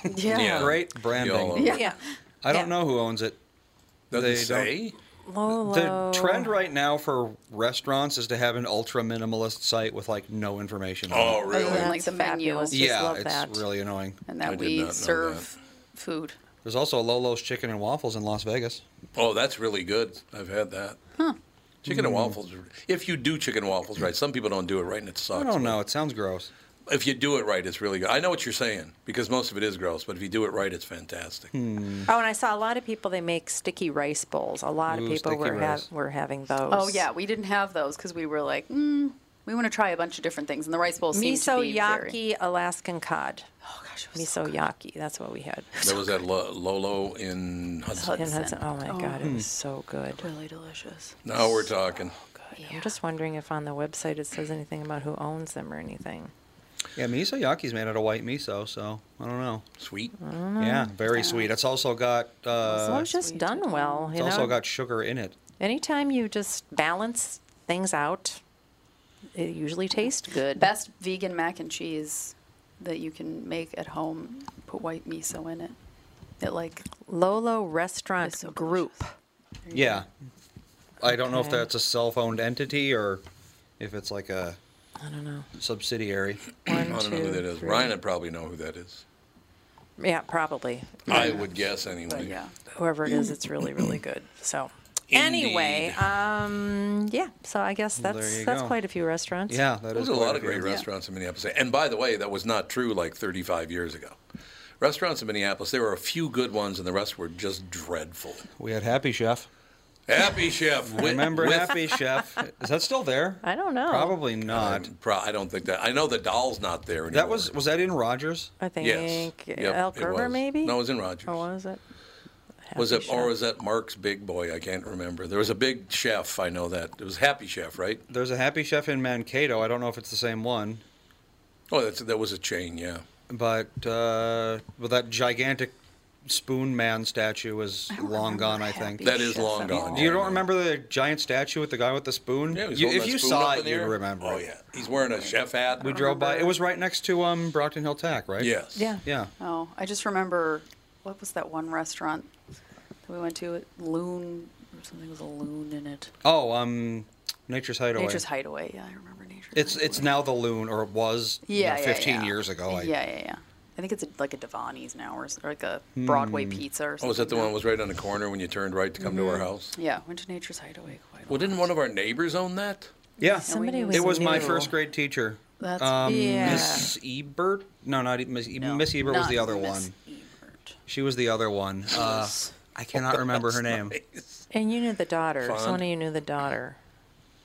Great branding. Yeah. Yeah. I don't know who owns it. Doesn't They say? don't- Lolo. The trend right now for restaurants is to have an ultra minimalist site with like no information. Oh, on it. really? Other than, like, the menu. fabulous. Just yeah, love it's that. really annoying. and that we serve food. There's also Lolo's Chicken and Waffles in Las Vegas. Oh, that's really good. I've had that. Huh. Chicken and Mm. waffles. are- If you do chicken and waffles right, some people don't do it right, and it sucks. I don't know. It sounds gross. If you do it right, it's really good. I know what you're saying because most of it is gross, but if you do it right, it's fantastic. Hmm. Oh, and I saw a lot of people. They make sticky rice bowls. A lot Ooh, of people sticky were rice. ha- were having those. Oh yeah, we didn't have those because we were like, mm, we want to try a bunch of different things, and the rice bowl seemed to miso be yaki very- Alaskan cod. Oh gosh, miso yaki. That's what we had. There was that Lo- Lolo in Hudson. In Hudson. Oh my god, it was so good. Really delicious. Now we're talking. I'm just wondering if on the website it says anything about who owns them or anything. Yeah, miso yaki's made out of white miso, so I don't know. Sweet. don't know. Yeah, very sweet. It's also got. Uh, so it's just done well. it's You also know, got sugar in it. anytime you just balance things out, it usually tastes good. Best vegan mac and cheese that you can make at home. Put white miso in it. It like Lolo Restaurant Group. Yeah. I don't know if Okay. that's a self-owned entity or if it's like a I don't know. subsidiary. I don't know who that is. Ryan would probably know who that is. Yeah, probably. I would guess anyway. yeah. Whoever it is, it's really really good. So anyway, um, yeah. So I guess Well, there that's you that's go. quite a few restaurants. There's a lot of great restaurants in Minneapolis. And by the way, that was not true like 35 years ago. Restaurants in Minneapolis, there were a few good ones, and the rest were just dreadful. We had Happy Chef. Happy Chef. I with- remember with- Happy Chef. Is that still there? I don't know. Probably not. I'm pro- I don't think that. I know the doll's not there anymore. That was was that in Rogers? I Yes. think Yep, El it Curver was. maybe. No, it was in Rogers. Or was it? was it Happy or Chef. was that Mark's Big Boy? I can't remember. There was a big chef. I know that. It was Happy Chef, right? There's a Happy Chef in Mankato. I don't know if it's the same one, Oh, that's, that was a chain. Yeah. but uh, well, that gigantic spoon man statue is long gone. I think That is Chef long at gone, all. You don't remember the giant statue with the guy with the spoon? he was You- holding if that you spoon saw up in it, the you'd air. remember. Oh it. yeah, he's wearing a chef hat. We drove by. It was right next to um, Brockton Hill Tack, right? Yes. Yeah. Yeah. Oh, I just remember what was that one restaurant that we went to? It Loon or something with a loon in it. Oh, um, Nature's Hideaway. Nature's Hideaway. Yeah, I remember Nature's. It's it's now the Loon, or it was. you Yeah, know, yeah, 15 yeah. years ago. Oh, I, yeah, yeah, yeah. I think it's a, like a Devani's now, or s- or like a Broadway Hmm. pizza or something. Oh, was that the one that was right on the corner when you turned right to come to our Mm-hmm. house? Yeah, went to Nature's Hideaway. Well, didn't one of our neighbors own that? Yeah. Somebody it was was my new. first grade teacher. That's- um, Yeah. Miss Ebert? No, not E- Miss, E- Miss Ebert was not the other Miss one. She was the other one. Uh, I cannot remember her name. And you knew the daughter. Fond. So one of you knew the daughter.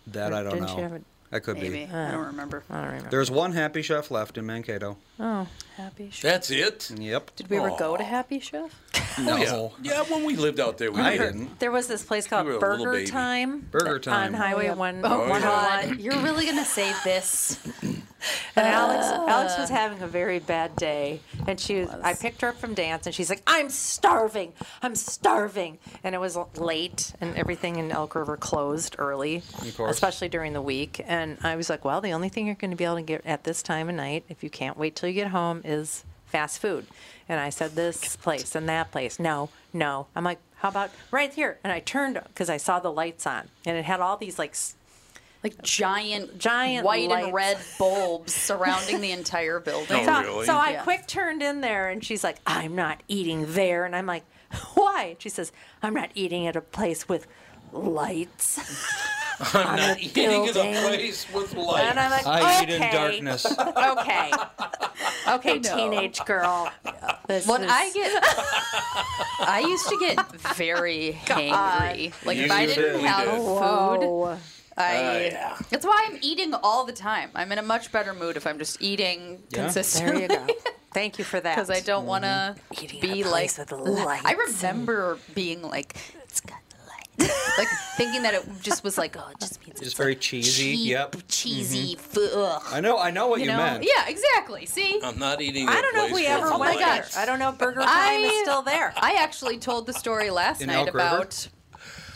That I don't Didn't know. you have a- That could Maybe. be. I don't remember. I don't remember. There's one Happy Chef left in Mankato. Oh, happy. That's it. Yep. Did we ever go to Happy Chef? Oh, yeah. yeah, when we lived out there, we I did. didn't. There was this place called were a little Burger baby. Time. Burger that- Time. on Highway Oh, yeah. One Oh, yeah. One You're really gonna say this? And Alex, Alex was having a very bad day, and she was, I picked her up from dance, and she's like, "I'm starving, I'm starving," and it was late, and everything in Elk River closed early, Of course. especially during the week. And I was like, "Well, the only thing you're going to be able to get at this time of night, if you can't wait till you get home, is fast food." And I said, "This place and that place, no, no." I'm like, "How about right here?" And I turned because I saw the lights on, and it had all these like. s- Like giant, giant White lights. and red bulbs surrounding the Oh, entire building. so, so I quick turned in there and she's like, I'm not eating there. And I'm like, why? And she says, I'm not eating at a place with lights. I'm not eating at a building. place with lights. And I'm like, I eat okay. in darkness. okay. Okay, know. teenage girl. This What is- I get, I used to get very hangry. Like if You I didn't really have did. food, I. Oh, yeah. That's why I'm eating all the time. I'm in a much better mood if I'm just eating Yeah. consistently. There you go. Thank you for that. Because I don't want to be like. I remember being like, it's got the light. like thinking that it just was like, oh, it just means It's very cheesy. cheap, yep. Mm-hmm. cheesy. fu- ugh. I know. I know what you, know? meant. Yeah, exactly. See? Oh. I'm not eating. I at don't know if place we where ever it's went light. there. I don't know if Burger I Time is still there. I actually told the story last In night Elk River? Oh, about.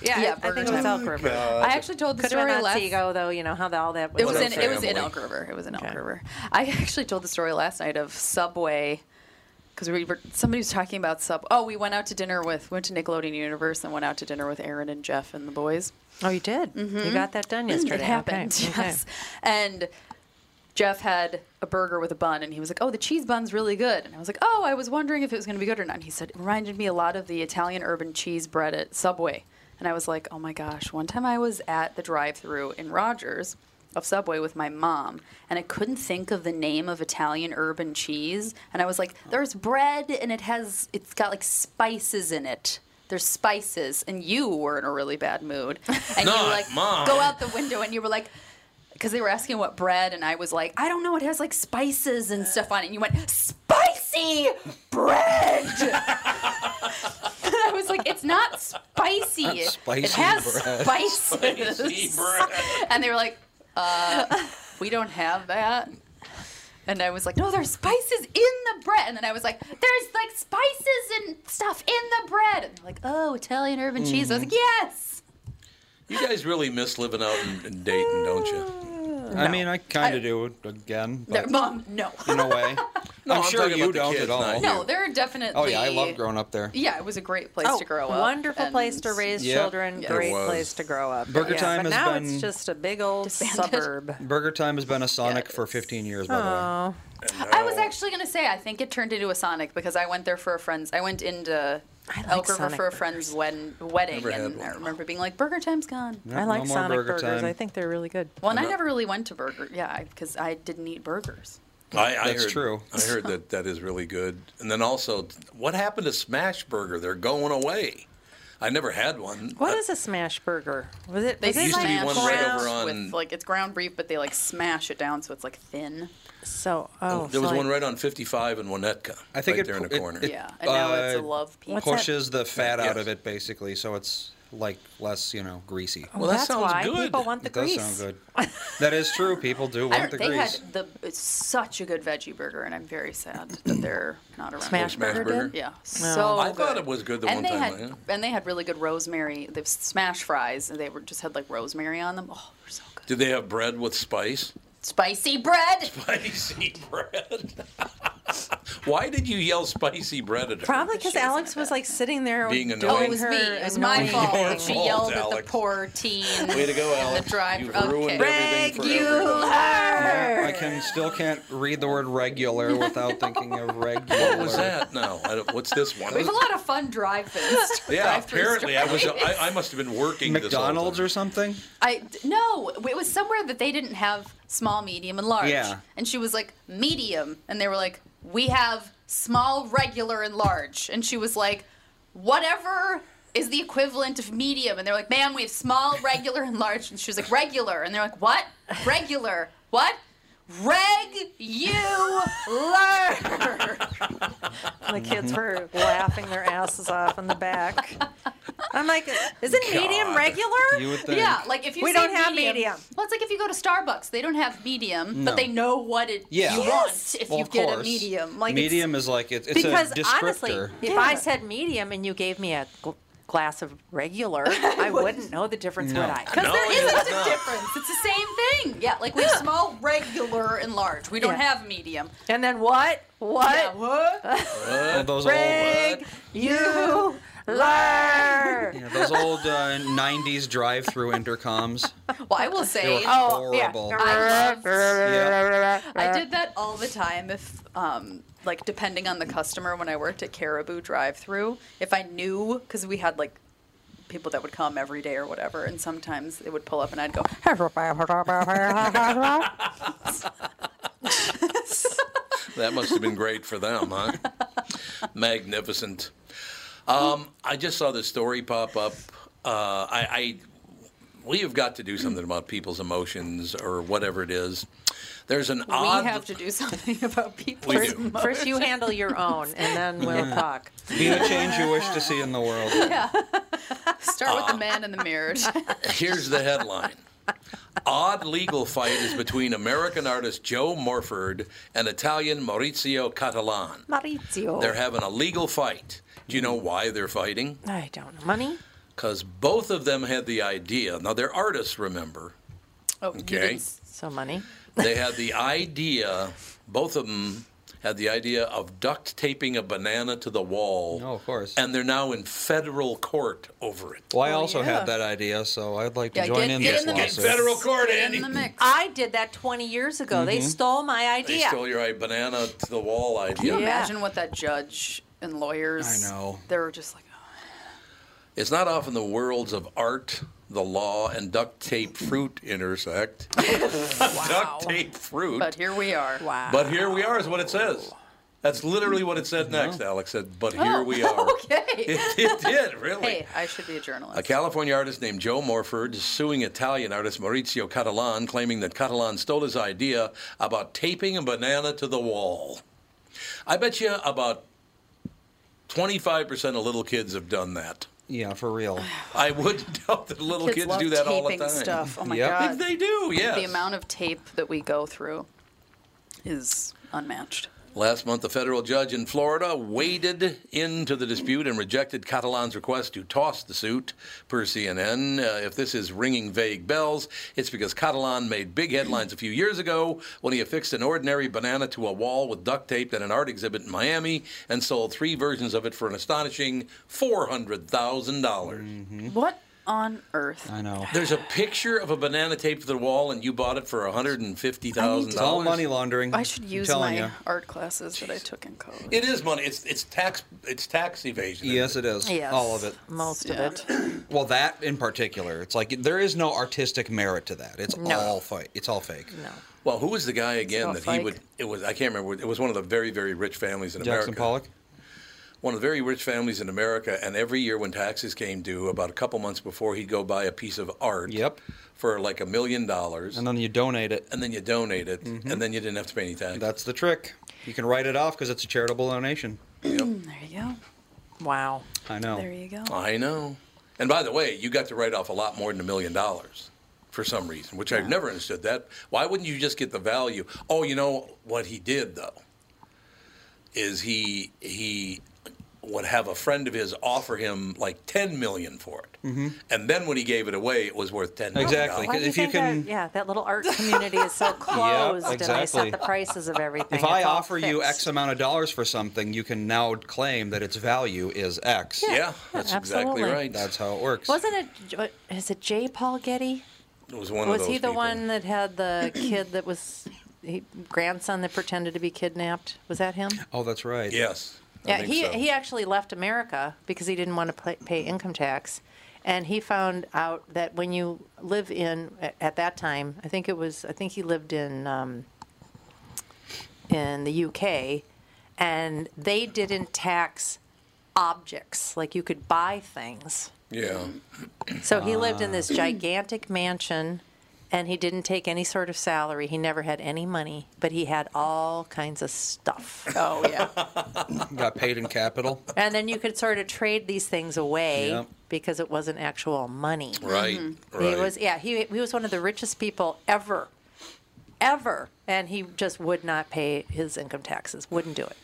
Yeah, I- I Burger think it was Time. Oh Elk River. I actually told the Could have story been on last. Seago, Oh, though. You know how the, all that It was in it was in Elk River. It was in Elk River. I actually told the story last night of Subway because we were somebody was talking about Sub. Oh, we went out to dinner with went to Nickelodeon Universe and went out to dinner with Aaron and Jeff and the boys. Oh, you did. You Mhm. got that done yesterday. It happened. Okay, okay. Yes. And Jeff had a burger with a bun, and he was like, "Oh, the cheese bun's really good." And I was like, "Oh, I was wondering if it was going to be good or not." And he said, "It reminded me a lot of the Italian urban cheese bread at Subway." And I was like, "Oh my gosh!" One time I was at the drive-through in Rogers of Subway with my mom, and I couldn't think of the name of Italian urban cheese, and I was like, "There's bread, and it has it's got like spices in it." There's spices, and you were in a really bad mood, and you Not like mine. go out the window, and you were like, because they were asking what bread, and I was like, I don't know, it has like spices and stuff on it. And you went, spicy bread. and I was like, it's not spicy. Not spicy it has bread. spices. Spicy bread. And they were like, uh, we don't have that. And I was like, no, there's spices in the bread. And then I was like, there's like spices and stuff in the bread. And they're like, oh, Italian urban cheese. I Mm-hmm. was like, yes. You guys really miss living out in, in Dayton, don't you? I mean, I kind of do again. Their- but Mom, no. in a way. No, I'm, I'm sure talking you about the don't kids, at all. not No, there are definitely. Oh yeah, I love growing up there. Yeah, it was a great place Oh, to grow up. wonderful place to raise Yep. children. It Great was. place to grow up. Burger Yeah, Time but has now been- it's just a big old suburb. Burger Time has been a Sonic for 15 years, by the way. Oh, I was actually gonna say I think it turned into a Sonic because I went there for a friend's. I went into Elk River Sonic for a friend's wedding, wedding Never had and I remember being like, "Burger Time's gone." I like Sonic burgers. I think they're really good. Well, and I never really went to burger. Yeah, because I didn't eat burgers. I, I That's heard, true. I heard that that is really good. And then also, what happened to Smash Burger? They're going away. I never had one. What is a smash burger? Was it? They was it used to be like one right ground- over on. With like it's ground beef, but they like smash it down so it's like thin. So oh, there was so one I- right on 55 in Winnetka. I think right it there in pu- the it- corner. it, Yeah, and now it's a uh, love pizza. Pushes the fat out Yes. of it basically, so it's like less, you know, greasy. Well, that That's sounds why good. people want the It does grease. sound good. that is true. People do I want don't, the they grease. had the it's such a good veggie burger, and I'm very sad that they're not around. Mm. Smash anymore. Burger Burger? did? yeah, No. so I thought good. it was good the and one they time, had and they had really good rosemary. The smash fries, and they were just had like rosemary on them. Oh, they're so good. Did they have bread with spice? spicy bread. Spicy bread. Why did you yell spicy bread at her? Probably because Alex was like sitting there Being doing annoying. Oh, it was her. me. It was my annoying fault. thing. She yelled at the Alex. poor teen. Way to go, in Alex. The drive. You've okay. ruined everything for everyone. Yeah, I can still can't read the word regular without thinking of regular. What was that? No. I don't, what's this one? We have a lot of fun drive-ins. yeah, drive-through apparently I was. stories. I, I must have been working. McDonald's This or something? I no, it was somewhere that they didn't have small, medium, and large. Yeah. And she was like medium, and they were like, we have small, regular, and large. And she was like, whatever is the equivalent of medium. And they're like, ma'am, we have small, regular, and large. And she was like, regular. And they're like, what? Regular. What? Reg you And the kids were laughing their asses off in the back. I'm like, isn't medium God. regular? You would think. Yeah, like if you we say don't have medium- medium. Well, it's like if you go to Starbucks, they don't have medium, No. but they know what it Yeah. you Yes. want if Well, you of get a course. medium. Like it's- medium is like it's, it's because a descriptor. honestly, if I said medium and you gave me a gl- glass of regular, I wouldn't know the difference, No. would I? 'Cause No, there you There isn't a difference. It's the same thing. Yeah, like we have small, regular, and large. We don't Yeah. have medium. And then what? What? Yeah, what? Well, those Reg- old, you learn. yeah, those old uh, '90s drive-through intercoms. Well, I will say, They were Oh, yeah. horrible. I, loved- Yeah. I did that all the time. If um, like depending on the customer, when I worked at Caribou drive-through, if I knew because we had like people that would come every day or whatever, and sometimes they would pull up and I'd go. old. That must have been great for them, huh? Magnificent. Um, I just saw this story pop up. Uh, I, I we have got to do something about people's emotions or whatever it is. There's an We odd. have to do something about people. We do. First, you handle your own, and then we'll Yeah. talk. Be the change you wish to see in the world. Yeah. Start Ah. with the man in the mirror. Here's the headline. Odd legal fight is between American artist Joe Morford and Italian Maurizio Catalan. Maurizio. They're having a legal fight. Do you know why they're fighting? I don't know. Money? Because both of them had the idea. Now, they're artists, remember. Oh, you Okay. didn't- So money. They had the idea, both of them had the idea of duct taping a banana to the wall. Oh, of course. And they're now in federal court over it. Well, I also had that idea, so I'd like to Oh, Yeah, join get- in get this in the mix. lawsuit. Federal court, Get in In the mix. I did that 20 years ago. They Mhm. Mm-hmm. stole my They idea. stole your uh, banana to the wall Can you idea. imagine what that judge and lawyers? I know. They were just like, It's not often the worlds of art, the law, and duct tape fruit intersect. Duct tape fruit. "Oh, But here we are. Wow. But here we are is what it says. That's literally what it said next. Alex said, "But here Oh, we are." okay. It, it did really. Hey, I should be a journalist. A California artist named Joe Morford is suing Italian artist Maurizio Catalan, claiming that Catalan stole his idea about taping a banana to the wall. I bet you about 25% of little kids have done that. Yeah, for real. I wouldn't doubt that little kids, love do that all the taping time. Stuff. Oh my god. They, they do, yes. The amount of tape that we go through is unmatched. Last month, a federal judge in Florida waded into the dispute and rejected Catalan's request to toss the suit, per CNN. Uh, if this is ringing vague bells, it's because Catalan made big headlines a few years ago when he affixed an ordinary banana to a wall with duct tape at an art exhibit in Miami and sold three versions of it for an astonishing $400,000. dollars What on earth? I know. There's a picture of a banana taped to the wall, and you bought it for $150,000. It's all money laundering. I should I'm use my telling you. art classes that I took in college. It is money. It's it's tax it's tax evasion. isn't Yes, it is. All of it. Most Yeah. of it. Well, that in particular, it's like there is no artistic merit to that. It's No. all fake. It's all fake. No. Well, who was the guy again not that he fake. would? It was I can't remember. It was one of the very very rich families in Jackson America. Pollock? One of the very rich families in America, and every year when taxes came due, about a couple months before, he'd go buy a piece of art. Yep. For like a million dollars, And then you donate it. Mm-hmm. and then you donate it, and then you didn't have to pay any tax. That's the trick. You can write it off because it's a charitable donation. There you Wow. I know. There you go. I know. And by the way, you got to write off a lot more than a million dollars for some reason, which I've never understood that. Why wouldn't you just get the value? Oh, you know what he did though is he he would have a friend of his offer him like 10 million for it. Mhm. And then when he gave it away, it was worth 10 million. Mm-hmm. Exactly, Oh, Why do you think that- yeah, that little art community is so closed, and they set exactly. the prices of everything. If I It's all offer you fixed. X amount of dollars for something, you can now claim that its value is X. Yeah, Yeah, that's exactly absolutely. right. That's how it works. wasn't it? what- Is it J. Paul Getty? It was was he the one that had the kid that was he, grandson that pretended to be kidnapped? Was that him? Oh, that's right. Yes. yeah, he he actually left America because he didn't want to pay, pay income tax, and he found out that when you live in at- at that time, I think it was I think he lived in um, in the UK, and they didn't tax objects like you could buy things. Yeah. So he lived in this Ah. gigantic mansion and he didn't take any sort of salary. He never had any money, but he had all kinds of stuff. Oh, yeah. Got paid in capital. and then you could sort of trade these things away Yeah. because it wasn't actual money. Mm-hmm. Right, Mhm. He right. was yeah, he he was one of the richest people ever. Ever. And he just would not pay his income taxes. Wouldn't do it.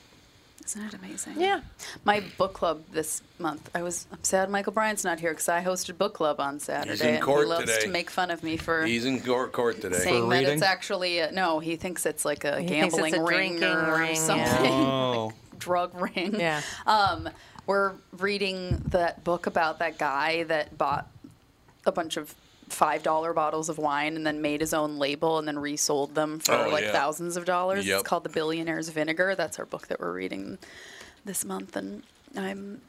Isn't it amazing? Yeah. My book club this month. I was. I'm sad Michael Bryant's not here because I hosted book club on Saturday. and court he loves today. to make fun of me for He's in court court today. saying that it's actually a, no. He thinks it's like a He thinks it's gambling a ring drinking or ring, yeah. something. Oh. drug ring. Yeah. Um, we're reading that book about that guy that bought a bunch of five dollar bottles of wine and then made his own label and then resold them for Oh, like yeah. thousands of dollars. Yep. It's called The Billionaire's Vinegar. That's our book that we're reading this month, and I'm.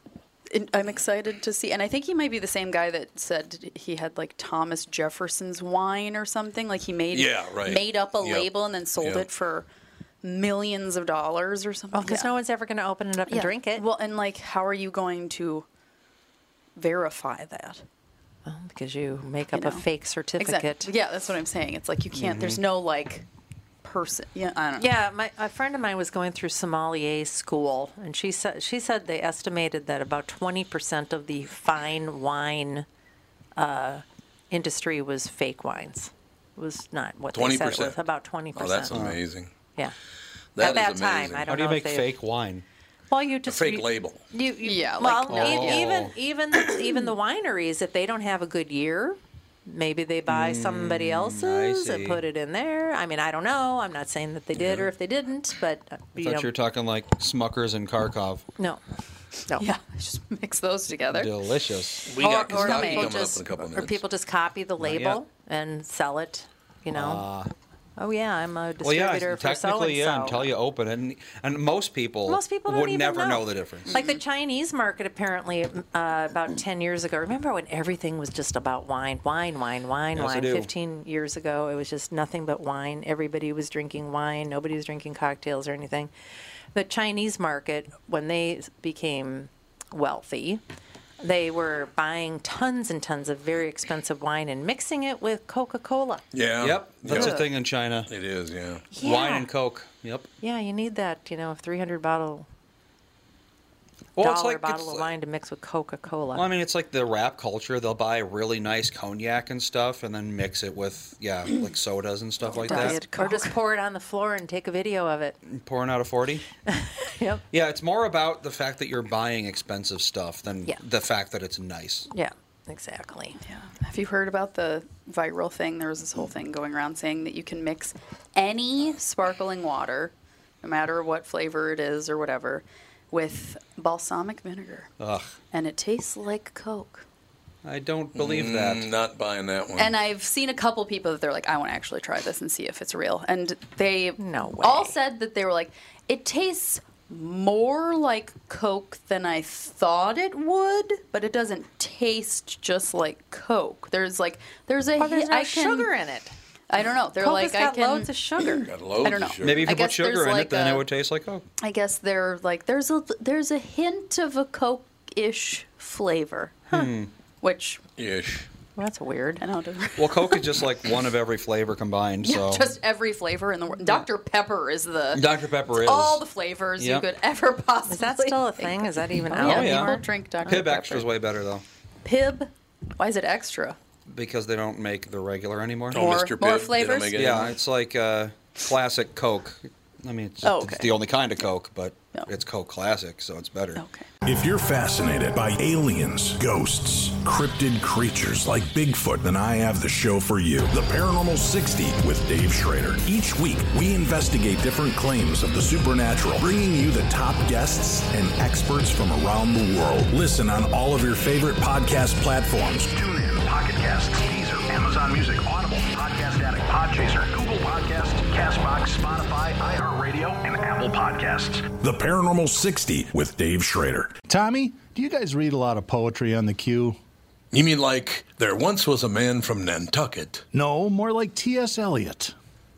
in- I'm excited to see, and I think he might be the same guy that said he had like Thomas Jefferson's wine or something. Like he made Yeah, right. made up a Yep. label and then sold Yep. it for millions of dollars or something. Because Oh, Yeah. no one's ever going to open it up and Yeah. drink it. Well, and like, how are you going to verify that? Well, because you make up a fake certificate. Exactly. Yeah, that's what I'm saying. It's like you can't. There's Mhm. no like person. Yeah, I don't know. Yeah, my a friend of mine was going through sommelier school, and she said she said they estimated that about twenty percent of the fine wine uh, industry was fake wines. It was not what they said it 20%? was. About twenty Oh, percent. that's amazing. Yeah. That At that is time, amazing. I don't How do you know if make they- fake wine? Well, you A just fake you- label. You, you Yeah, Well, like- e- Oh. even even the, even the wineries, if they don't have a good year, maybe they buy somebody else's and Mm, see. put it in there. I mean, I don't know. I'm not saying that they did or if they didn't, but uh, I you thought know, you were talking like Smuckers and Kharkov. no, no, yeah, just mix those together. Delicious. We got or, Kentucky people coming up just, in a couple or minutes. people just copy the Not yet. label and sell it. You know, Ah. oh yeah, I'm a Well, distributor yeah, for so and technically, yeah, until you open it. And, and most people, Most people don't would even never know. the difference. Like the Chinese market, apparently, uh, about 10 years ago. Remember when everything was just about wine, wine, wine, wine, Yes, I wine? do. 15 years ago, it was just nothing but wine. Everybody was drinking wine. Nobody was drinking cocktails or anything. The Chinese market, when they became wealthy, they were buying tons and tons of very expensive wine and mixing it with Coca Cola. Yeah. Yep. That's Yeah. a thing in China. It is, yeah. Yeah. Wine and Coke. Yep. Yeah, you need that, you know, 300 bottle. Well, it's dollar like- bottle it's of like- wine to mix with Coca Cola. Well, I mean, it's like the rap culture. They'll buy really nice cognac and stuff, and then mix it with yeah, like sodas and stuff like that. Diet Or just pour it on the floor and take a video of it. pouring out a 40 Yep. yeah it's more about the fact that you're buying expensive stuff than Yeah. the fact that it's nice Yeah, exactly. Yeah. Have you heard about the viral thing? There was this whole thing going around saying that you can mix any sparkling water, no matter what flavor it is or whatever, with balsamic vinegar, ugh and it tastes like Coke. i don't believe that Mm, not buying that one And I've seen a couple people that they're like, I want to actually try this and see if it's real. And they all said that they were like, it tastes more like Coke than I thought it would, but it doesn't taste just like Coke. There's like, there's a Or there's hit- no I can- sugar in it. I don't know. They're Coke like, has got I can, loads of sugar. Got loads I don't know. of sugar. maybe if I you put guess there's sugar in like it then a- it would taste like coke I guess they're like, there's a there's a hint of a Coke-ish flavor, Hmm. which ish that's weird. I don't know. well coke is just like one of every flavor combined so Yeah, just every flavor in the world. Dr. Pepper is the dr It's pepper is all the flavors Yep. you could ever possibly. Is that still a thing? Is that even Yeah, Oh, yeah. people drink Dr. pib Pepper. extra is way better though Pib. Why is it extra? because they don't make the regular anymore Oh, More- Mr. Pibb, more they don't flavors? make it yeah anymore? it's like uh, classic coke i mean it's, Oh, it's okay. the only kind of coke but it's coke classic so it's better okay If you're fascinated by aliens, ghosts, cryptid creatures like Bigfoot, then I have the show for you The Paranormal 60 with Dave Schrader. Each week, we investigate different claims of the supernatural, bringing you the top guests and experts from around the world. Listen on all of your favorite podcast platforms. TuneIn, Pocket Casts, Deezer, Amazon Music, Audible, Podcast Addict, Podchaser, Google Podcasts, Castbox, Spotify, iHeartRadio, and Apple Podcasts. The Paranormal 60 with Dave Schrader. Tommy, do you guys read a lot of poetry on the queue? You mean like there once was a man from Nantucket? No, more like T.S. Eliot.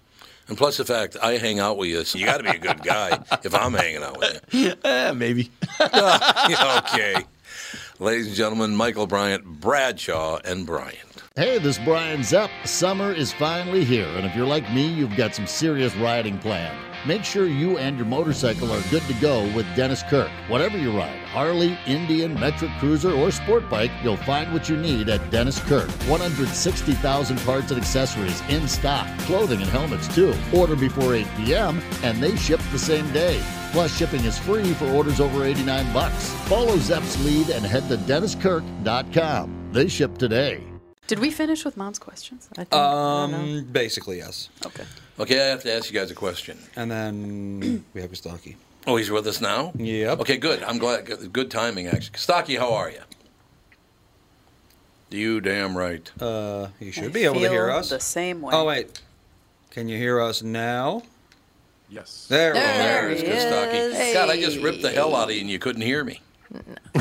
And plus the fact I hang out with you, so you got to be a good guy if I'm hanging out with Eh, maybe. you. okay, ladies and gentlemen, Michael Bryant, Bradshaw, and Bryant. Hey, this is Brian Zepp. Summer is finally here, and if you're like me, you've got some serious riding planned. Make sure you and your motorcycle are good to go with Dennis Kirk. Whatever you ride Harley, Indian, Metric Cruiser, or Sport Bike you'll find what you need at Dennis Kirk. 160,000 parts and accessories in stock, clothing and helmets too. Order before 8 p.m., and they ship the same day. Plus, shipping is free for orders over 89 bucks. Follow Zepp's lead and head to DennisKirk.com. They ship today. Did we finish with mom's questions? Uh, Um, basically, yes. Okay. Okay, I have to ask you guys a question. And then we have Gustaki. Oh, he's with us now. Yep. Okay, good. I'm glad. good- Good timing, actually. Stocky, how are you? You damn right. Uh, you should I be able to hear feel us. the same way. Oh wait, can you hear us now? Yes. There, we There go. is Kostaki. God, I just ripped the hell out of you, and you couldn't hear me.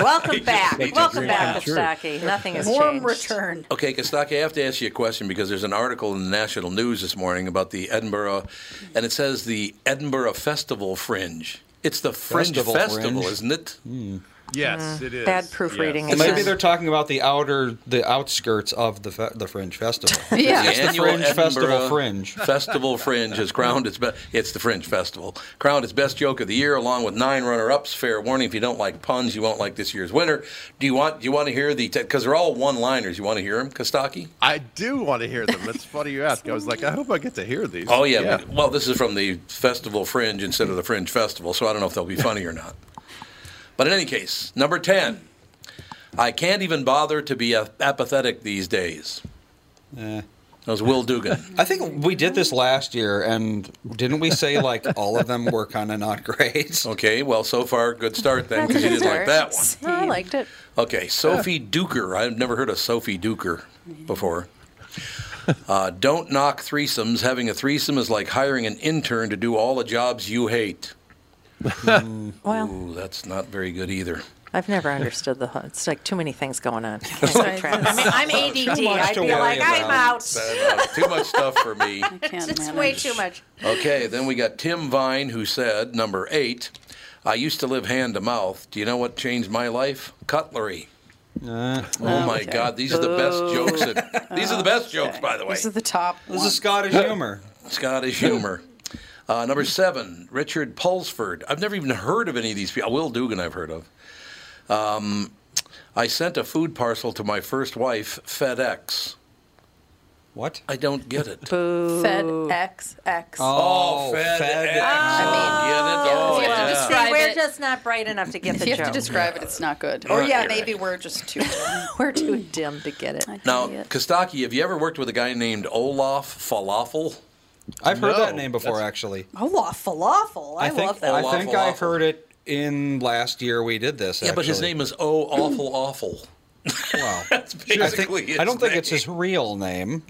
Welcome back. Make your Welcome dream back, come true. Kostaki. Nothing has Warm changed. return. Okay, Kostaki, I have to ask you a question because there's an article in the national news this morning about the Edinburgh, and it says the Edinburgh Festival Fringe. It's the Fringe Festival Festival, Fringe. isn't it? Hmm. Yes, it is. Uh, bad proofreading And again. maybe they're talking about the outer, the outskirts of the fe- the Fringe Festival. It's It's the annual Fringe Festival Edinburgh Fringe. Festival Fringe has crowned its best. It's the Fringe Festival crowned its best joke of the year, along with nine runner-ups. Fair warning: if you don't like puns, you won't like this year's winner. Do you want? Do you want to hear the? Because they're all one-liners. You want to hear them, Kostaki? I do want to hear them. It's funny you ask. I was like, I hope I get to hear these. Oh yeah. Well, this is from the Festival Fringe instead of the Fringe Festival, so I don't know if they'll be funny or not. But in any case, number ten. I can't even bother to be ap- apathetic these days. Eh. That was Will Dugan. I think we did this last year, and didn't we say like all of them were kind of not great? Okay, well, so far, good start then, because you didn't like that one. I liked it. Okay, Sophie Duker. I've never heard of Sophie Duker before. Uh, don't knock threesomes. Having a threesome is like hiring an intern to do all the jobs you hate. Well. Ooh, that's not very good either. I've never understood the. hu- It's like too many things going on. Can't keep track. I mean, I'm ADD. I'd be like, I'm out. uh, Too much stuff for me. It's way too much. Okay, then we got Tim Vine who said, number eight, I used to live hand to mouth. Do you know what changed my life? Cutlery. Uh, oh my okay. God, these are the best jokes. that- these are the best jokes, by the way. This is the top. This is Scottish humor. Scottish humor. Uh, number seven, Richard Pulsford. I've never even heard of any of these people. Will Dugan, I've heard of. Um, I sent a food parcel to my first wife, FedEx. What? I don't get it. Fed X X. Oh, FedEx. I mean, Oh, get it? Oh, yeah. See, we're just not bright enough to get If the you joke. have to describe it, it's not good. All Or right, yeah, you're maybe we're just too. we're too dim to get it. Now, Kostaki, have you ever worked with a guy named Olaf Falafel? I've heard that name before, actually. Oh, Olaf falafel. I, think love that. I think I heard it in last year. We did this. Yeah, but his actually. name is Oh Awful Awful. Wow. That's basically I, his think, I don't think it's his real name.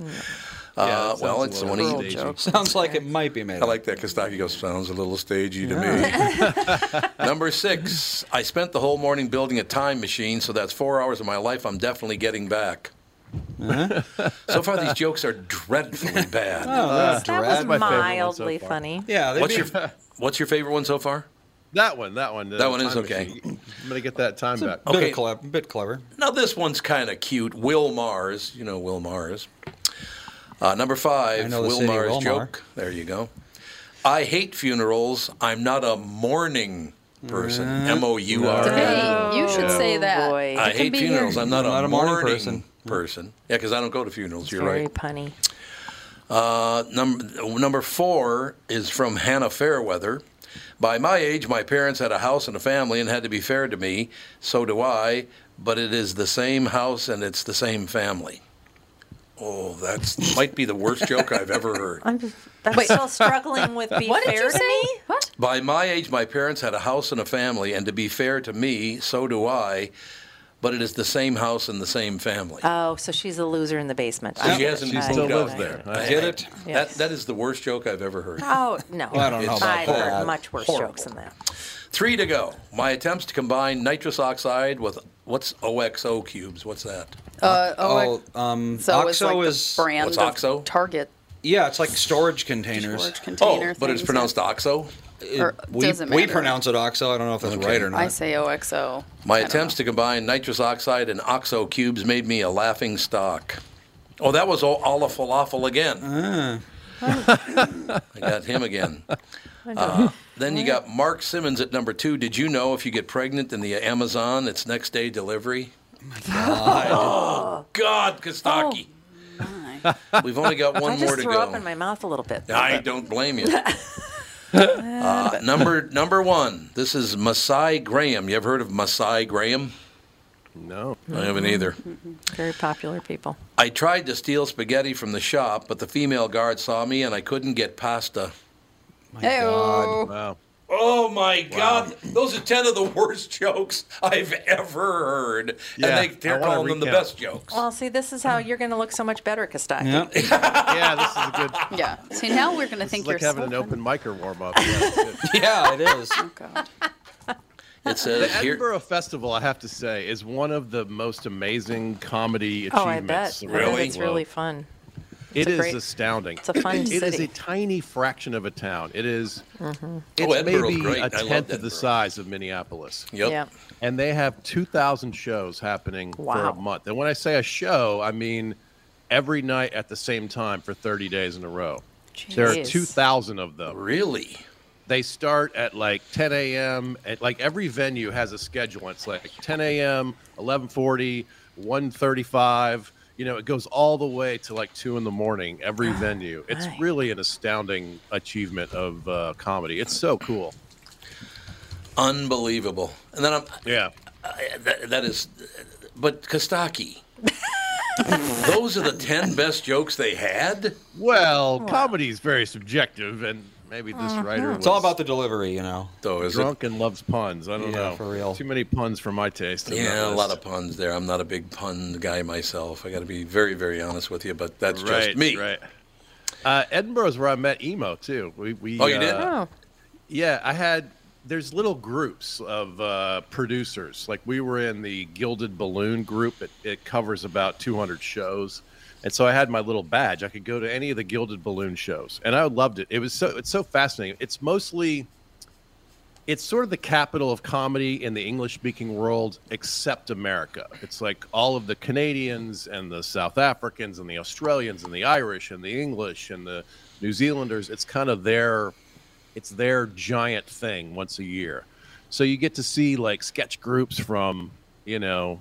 Uh, well, it's the one he Sounds like it might be made. I like that Kostaki goes, sounds a little stagey to me. Number six, I spent the whole morning building a time machine, so that's four hours of my life I'm definitely getting back. Uh-huh. so far, these jokes are dreadfully bad. that was Oh, mildly funny. Yeah. what's your What's your favorite one so far? That one. That one. uh, That one is time okay. machine. I'm gonna get that time back. bit Okay. bit clever. Now this one's kind of cute. Will Mars, you know Will Mars. Uh, number I five, know the Will city, Mars Wilmar. joke. There you go. I hate funerals. I'm not a mourning person. M O U R. Hey, oh, you should say that. I It can hate be funerals. your- I'm not, Not a, a morning morning person. person. Yeah, because I don't go to funerals. You're Very right. punny. Uh, number number four is from Hannah Fairweather. By my age, my parents had a house and a family and had to be fair to me. So do I. But it is the same house and it's the same family. Oh, that's might be the worst joke I've ever heard. I'm just, I'm Wait. still struggling with be What did fair you to say? me. What? By my age, my parents had a house and a family, and to be fair to me, so do I. But it is the same house and the same family. Oh, so she's a loser in the basement. So she hasn't I- moved out I- there. I get it. That, that is the worst joke I've ever heard. Oh no! Well, I don't know I've about heard that. much worse Horrible. jokes than that. Three to go. My attempts to combine nitrous oxide with what's OXO cubes. What's that? Uh, Oh, um, so it's OXO like the is brand What's of OXO? Target. Yeah, it's like storage containers. Storage container Oh, but it's things. pronounced OXO. Or we, doesn't we matter. pronounce it OXO. I don't know if that's Okay. right or not. I say OXO. My attempts to combine nitrous oxide and oxo cubes made me a laughing stock. Oh, that was all, all a falafel again. Ah. I got him again. Uh, then you got Mark Simmons at number two. Did you know if you get pregnant in the Amazon, it's next day delivery? Oh, God, Kostaki. We've only got one I more just to threw go. up in my mouth a little bit. I don't blame you. Uh, number number one. This is Masai Graham. You ever heard of Masai Graham? No, I haven't either. Very popular people. I tried to steal spaghetti from the shop, but the female guard saw me and I couldn't get pasta. Hey-o. Wow. Oh my God! Those are ten of the worst jokes I've ever heard, Yeah, and they, I they're wanna calling them the recount. best jokes. Well, see, this is how you're going to look so much better, Kostaki. Yeah. yeah, this is a good. Yeah. See, now we're going to think It's like you're having an so open mic or warm up. yeah, it is. Oh, It says the here- Edinburgh Festival, I have to say, is one of the most amazing comedy Oh, I bet. achievements. I around bet the It's really globe. fun. It's It a is great- astounding. it's a fun It is city. a tiny fraction of a town. It is- Mhm. It's Oh, Edinburgh's maybe great. I a love tenth of Edinburgh. the size of Minneapolis. Yep. Yeah. And they have two thousand shows happening for Wow. a month. And when I say a show, I mean every night at the same time for thirty days in a row. There are Jeez. two thousand of them. Really? They start at like 10 a.m. At like every venue has a schedule. It's like 10 a.m., 11:40, 1:35. You know, it goes all the way to like two in the morning. Every venue. It's really an astounding achievement of uh, comedy. It's so cool. Unbelievable. And then I'm yeah. that, that is, but Kostaki. Those are the ten best jokes they had. Well, comedy is very subjective, and maybe this writer. It's all was about the delivery, you know. So is it- drunk and loves puns. I don't Yeah, know. for real. Too many puns for my taste. in that Yeah, a list. lot of puns there. I'm not a big pun guy myself. I got to be very, very honest with you, but that's Right, just me. Right. Uh, Edinburgh is where I met emo too. We, we Oh, you did? uh, Yeah, I had. There's little groups of uh, producers. Like we were in the Gilded Balloon group. It, it covers about 200 shows, and so I had my little badge. I could go to any of the Gilded Balloon shows, and I loved it. It was so it's so fascinating. It's mostly it's sort of the capital of comedy in the English speaking world, except America. It's like all of the Canadians and the South Africans and the Australians and the Irish and the English and the New Zealanders. It's kind of their it's their giant thing once a year. So you get to see like sketch groups from, you know,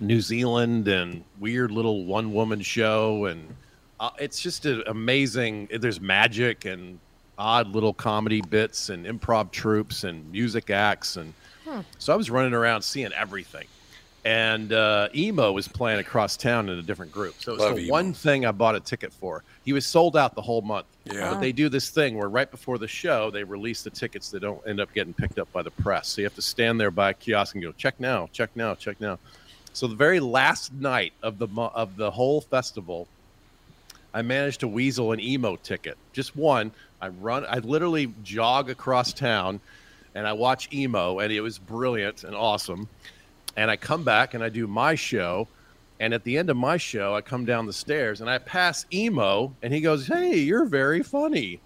New Zealand and weird little one woman show. And uh, it's just an amazing, there's magic and odd little comedy bits and improv troupes and music acts. And Hmm. so I was running around seeing everything. And uh, Emo was playing across town in a different group. So it was Love the Emo. one thing I bought a ticket for. He was sold out the whole month. Yeah. But they do this thing where right before the show, they release the tickets that don't end up getting picked up by the press. So you have to stand there by a kiosk and go, check now, check now, check now. So the very last night of the mo- of the whole festival, I managed to weasel an emo ticket, just one. I run, I literally jog across town, and I watch emo, and it was brilliant and awesome. And I come back and I do my show, and at the end of my show, I come down the stairs and I pass emo, and he goes, "Hey, you're very funny."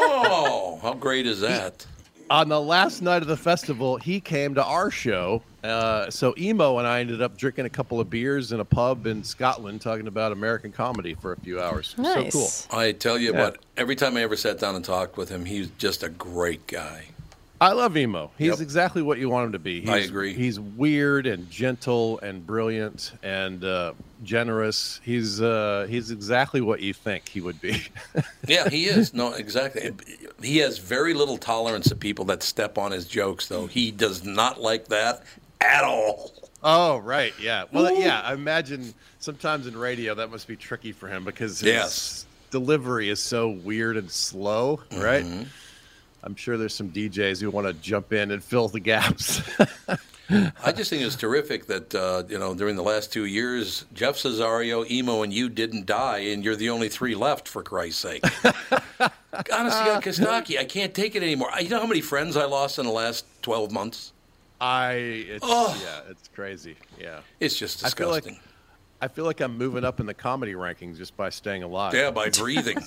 oh, how great is that? on the last night of the festival, he came to our show. Uh, so emo and I ended up drinking a couple of beers in a pub in Scotland, talking about American comedy for a few hours. So cool. I tell you Yeah. what, every time I ever sat down and talked with him, he's just a great guy. I love emo. He's exactly what you want him to be. He's, I agree. He's weird and gentle and brilliant and uh, generous. He's uh, he's exactly what you think he would be. Yeah, he is. No, exactly. He has very little tolerance of people that step on his jokes, though. He does not like that at all. Oh right, yeah. Well, yeah. I imagine sometimes in radio that must be tricky for him because his Yes. delivery is so weird and slow, right? Mm-hmm. I'm sure there's some DJs who want to jump in and fill the gaps. I just think it's terrific that uh, you know during the last two years, Jeff Cesario, Emo, and you didn't die, and you're the only three left. For Christ's sake, honestly, Uh, on Kostaki, I can't take it anymore. I, you know how many friends I lost in the last twelve months? I it's, Oh. yeah, it's crazy. Yeah, It's just I feel like, disgusting. I feel like I'm moving up in the comedy rankings just by staying alive. Yeah, by breathing,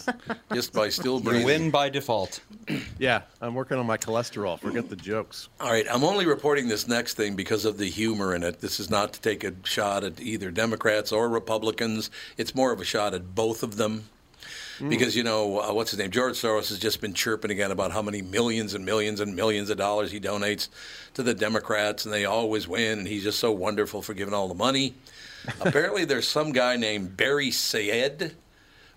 just by still breathing. win by default. yeah, I'm working on my cholesterol. Forget the jokes. All right, I'm only reporting this next thing because of the humor in it. This is not to take a shot at either Democrats or Republicans. It's more of a shot at both of them. Mm. Because, you know, uh, what's his name? George Soros has just been chirping again about how many millions and millions and millions of dollars he donates to the Democrats, and they always win, and he's just so wonderful for giving all the money. Apparently, there's some guy named Barry Sayed,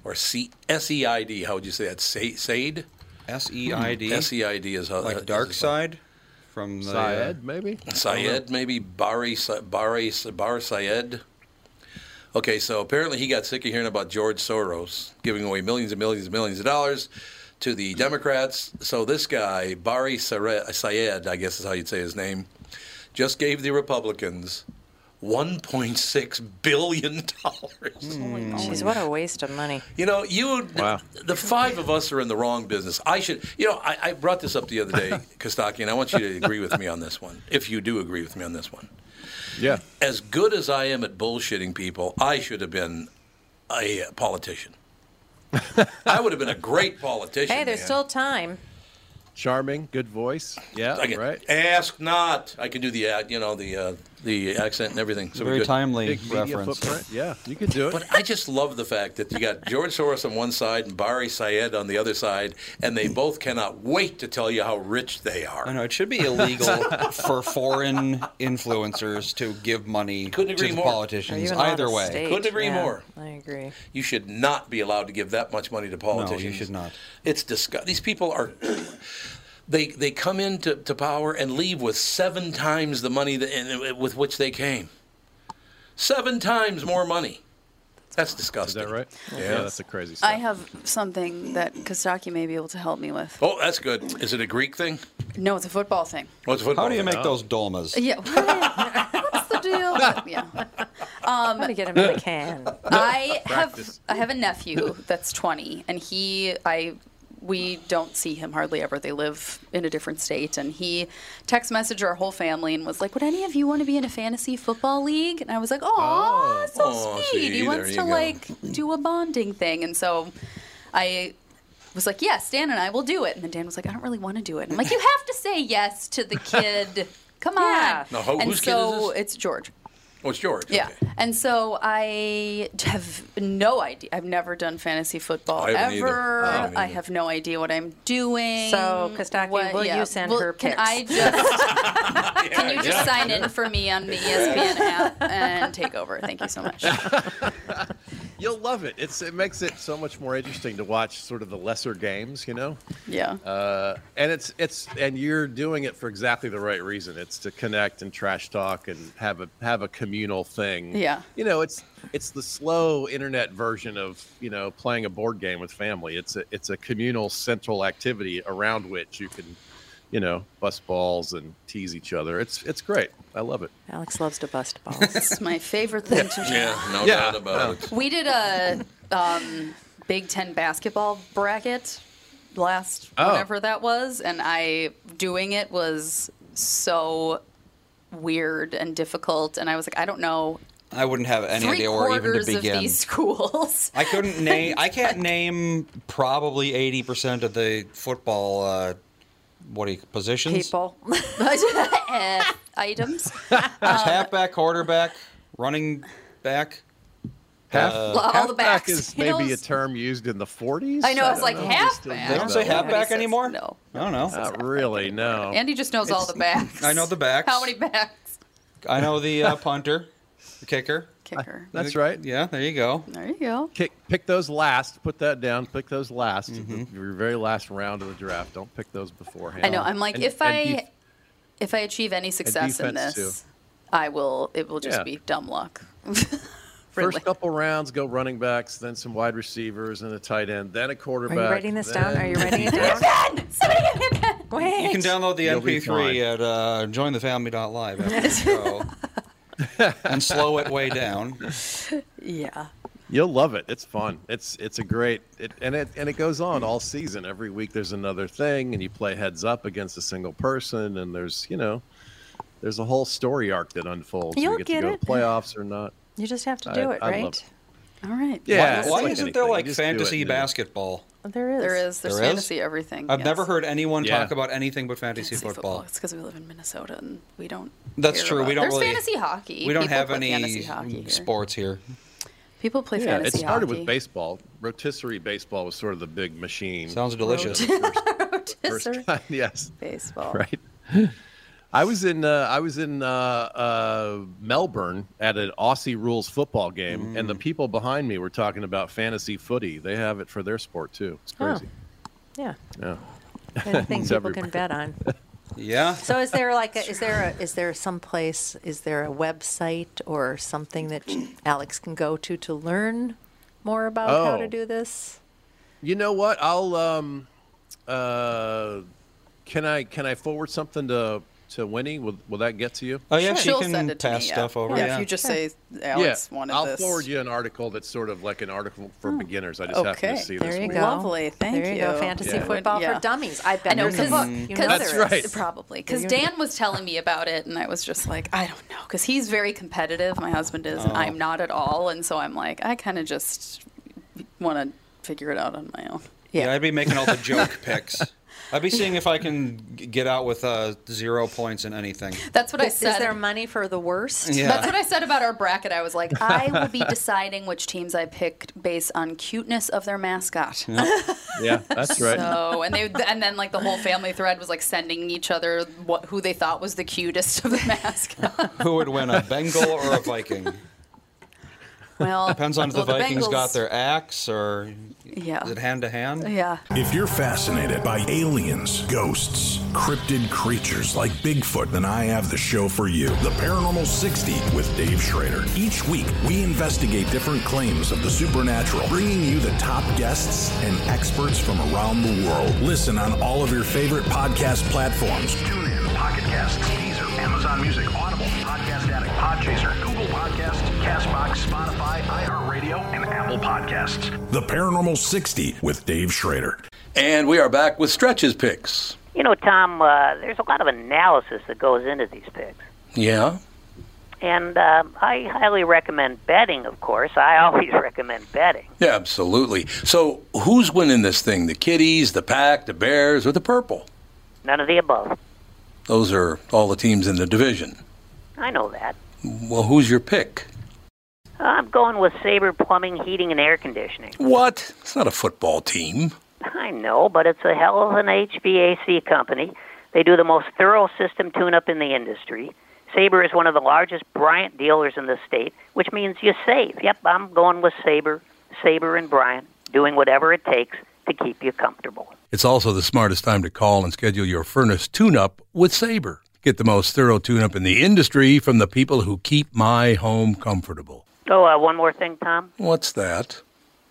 or C- S-E-I-D. How would you say that? Say- Said? Hmm. S-E-I-D? S-E-I-D is how... E Like Dark Side from Oh, the uh, Syed, maybe? Syed, maybe Bari, Sy- Bari, Sy- Bar Syed. Okay, so apparently he got sick of hearing about George Soros giving away millions and millions and millions of dollars to the Democrats. So this guy, Bari Syre- Syed, I guess is how you'd say his name, just gave the Republicans $1.6 billion. Jeez, what a waste of money. You know, you, the, five of us are in the wrong business. I should, you know, I, I brought this up the other day, Kostaki, and I want you to agree with me on this one, if you do agree with me on this one. Yeah. As good as I am at bullshitting people, I should have been a politician. I would have been a great politician. Hey, there's man. still time. Charming, good voice. Yeah, I can, right. Ask not. I can do the, uh, you know, the uh, the accent and everything. So we're Very good. timely Big media reference. footprint. Yeah, you could do it. But I just love the fact that you got George Soros on one side and Barry Syed on the other side, and they both cannot wait to tell you how rich they are. I know it should be illegal for foreign influencers to give money Couldn't to agree the more. politicians. Either way, Couldn't agree Yeah, more. I agree. You should not be allowed to give that much money to politicians. should not. It's disgusting. These people are. They, they come into to power and leave with seven times the money that, and, with which they came. Seven times more money. That's disgusting. Is that right? Yeah. Oh, that's the crazy I have something that Kostaki may be able to help me with. Oh, that's good. Is it a Greek thing? No, it's a football thing. What's football How do you thing? make Oh. those dolmas? Yeah. What's the deal? Yeah. Um, to get him in the can. I have Practice. I have a nephew that's 20, and he I we don't see him hardly ever. They live in a different state, and he text messaged our whole family and was like, "Would any of you want to be in a fantasy football league?" And I was like, "Aw, so Oh. Aw, sweet. see, he wants there to you go. like do a bonding thing." And so I was like, "Yes, Dan and I will do it." And then Dan was like, "I don't really want to do it." And I'm like, "You have to say yes to the kid. Come on." Now, who- and whose kid is so it's George. Oh, it's George. Yeah. And so I have no idea. I've never done fantasy football I haven't either. ever. I I, haven't either. have no idea what I'm doing. So, Kostaki, what- will you send her Can pics? I just Can you just yeah. sign in for me on the E ESPN app and take over? Thank you so much. You'll love it. It's it makes it so much more interesting to watch sort of the lesser games, you know. Yeah. Uh, and it's it's and you're doing it for exactly the right reason. It's to connect and trash talk and have a have a communal thing. Yeah. You know, it's it's the slow internet version of you know playing a board game with family. It's a it's a communal central activity around which you can, you know, bust balls and tease each other. It's it's great. I love it. Alex loves to bust balls. It's my favorite thing to do. Yeah, no Yeah. Uh. doubt about it. We did a um, Big Ten basketball bracket last Oh. whatever that was, and I doing it was so weird and difficult, and I was like, I don't know I wouldn't have any three idea where even to quarters of begin. these schools. I couldn't name. I can't name probably eighty percent of the football. Uh, what do you positions? People. Uh, items. Um, There's halfback, quarterback, running back. Half, uh, all the halfback backs. is You maybe know, a term used in the 40s. I know, I was don't like, know if they still halfback? do They don't say that. halfback Nobody says- anymore? No. I don't know. Not really. No. Andy just knows all the backs. I know the backs. How many backs? I know the uh, punter, the kicker. Kicker. That's right. Yeah, there you go. There you go. Kick, pick those last. Put that down. Pick those last. Mm-hmm. the- your very last round of the draft. Don't pick those beforehand. I know. I'm like, And- if and I def- if I achieve any success in defense, this, too. I will. It will just Yeah. be dumb luck. First couple rounds go running backs, then some wide receivers and a tight end, then a quarterback. writing this down? Are you writing it down? Wait. You can download the You'll be MP3 at uh, jointhefamily.live after the show and slow it way down. yeah. You'll love it. It's fun. It's it's a great it, and it and it goes on all season. Every week there's another thing, and you play heads up against a single person, and there's you know, there's a whole story arc that unfolds. You'll you get, get to go it. to playoffs or not. You just have to I- do it, I love right? it. All right. Yeah. Why, why it's isn't there anything. like Just do it fantasy and do it. basketball? There is. There is. There's There is? fantasy everything. I've yes. never heard anyone Yeah. talk about anything but fantasy, football. It's because we live in Minnesota and we don't. That's care true. We about- don't There's really- fantasy hockey. We don't People have play any fantasy hockey here. sports here. People play Yeah, it fantasy started hockey. with baseball. Rotisserie baseball was sort of the big machine. Sounds delicious. Rotisserie yes. baseball. Right. I was in uh, I was in uh, uh, Melbourne at an Aussie rules football game, and Mm. the people behind me were talking about fantasy footy. They have it for their sport too. It's Oh. crazy. Yeah. Yeah. Anything It's people can everywhere. bet on. Yeah. So is there like a, is there a, is there some place is there a website or something that Alex can go to to learn more about how to Oh. do this? You know what? I'll um, uh, can I can I forward something to to Winnie? Will will that get to you? Oh, yeah, she She'll can send it to me, pass yeah. stuff over. Yeah, yeah. if you just say Alex yeah, wanted I'll this. Hmm. forward you an article that's sort of like an article for beginners. I just okay. happened to see There this. you week. go. Lovely. Thank there you. you. go. Fantasy Yeah. football Yeah. for dummies. I bet I know there's a because book. You know That's there is. right. probably because There you Dan was telling me about it, and I was just like, I don't know, because he's very competitive. My husband is, Oh. and I'm not at all, and so I'm like, I kind of just want to figure it out on my own. Yeah. I'd be making all the joke picks. I'd be seeing if I can g- get out with uh, zero points in anything. That's what I Is said. there money for the worst? Yeah. That's what I said about our bracket. I was like, I will be deciding which teams I picked based on cuteness of their mascot. Yeah, that's right. So, and they, and then like the whole family thread was like sending each other what who they thought was the cutest of the mascot. Who would win, a Bengal or a Viking? Well, Depends on if well, the Vikings Bengals- got their axe or Yeah. is it hand to hand? Yeah. If you're fascinated by aliens, ghosts, cryptid creatures like Bigfoot, then I have the show for you The Paranormal 60 with Dave Schrader. Each week, we investigate different claims of the supernatural, bringing you the top guests and experts from around the world. Listen on all of your favorite podcast platforms. Tune in, Pocket Casts, Deezer, Amazon Music, Audible, Podcast Addict, Podchaser, Google Podcasts, Castbox, Spotify, iHeartRadio, and Apple Podcasts. The Paranormal 60 with Dave Schrader. And we are back with stretches picks. You know, Tom, uh, there's a lot of analysis that goes into these picks. Yeah. And uh, I highly recommend betting, of course. I always recommend betting. Yeah, absolutely. So who's winning this thing? The Kitties, the Pack, the Bears, or the Purple? None of the above. Those are all the teams in the division. I know that. Well, who's your pick? I'm going with Sabre Plumbing, Heating, and Air Conditioning. What? It's not a football team. I know, but it's a hell of an HVAC company. They do the most thorough system tune up in the industry. Sabre is one of the largest Bryant dealers in the state, which means you save. Yep, I'm going with Sabre, Sabre and Bryant, doing whatever it takes to keep you comfortable. It's also the smartest time to call and schedule your furnace tune up with Sabre. Get the most thorough tune up in the industry from the people who keep my home comfortable. Oh, uh, one more thing, Tom. What's that?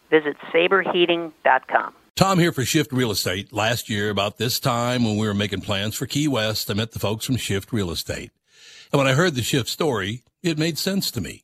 Visit saberheating.com. Tom here for Shift Real Estate. Last year, about this time when we were making plans for Key West, I met the folks from Shift Real Estate. And when I heard the Shift story, it made sense to me.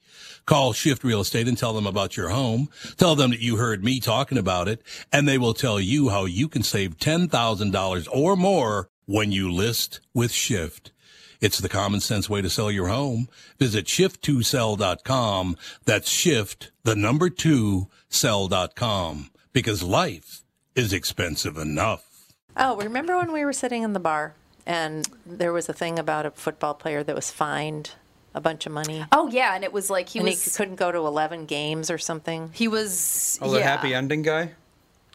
Call Shift Real Estate and tell them about your home. Tell them that you heard me talking about it, and they will tell you how you can save $10,000 or more when you list with Shift. It's the common sense way to sell your home. Visit shift2sell.com. That's shift, the number two, sell.com. Because life is expensive enough. Oh, remember when we were sitting in the bar and there was a thing about a football player that was fined a bunch of money. Oh yeah, and it was like he and was he couldn't go to 11 games or something. He was Oh, the happy ending guy.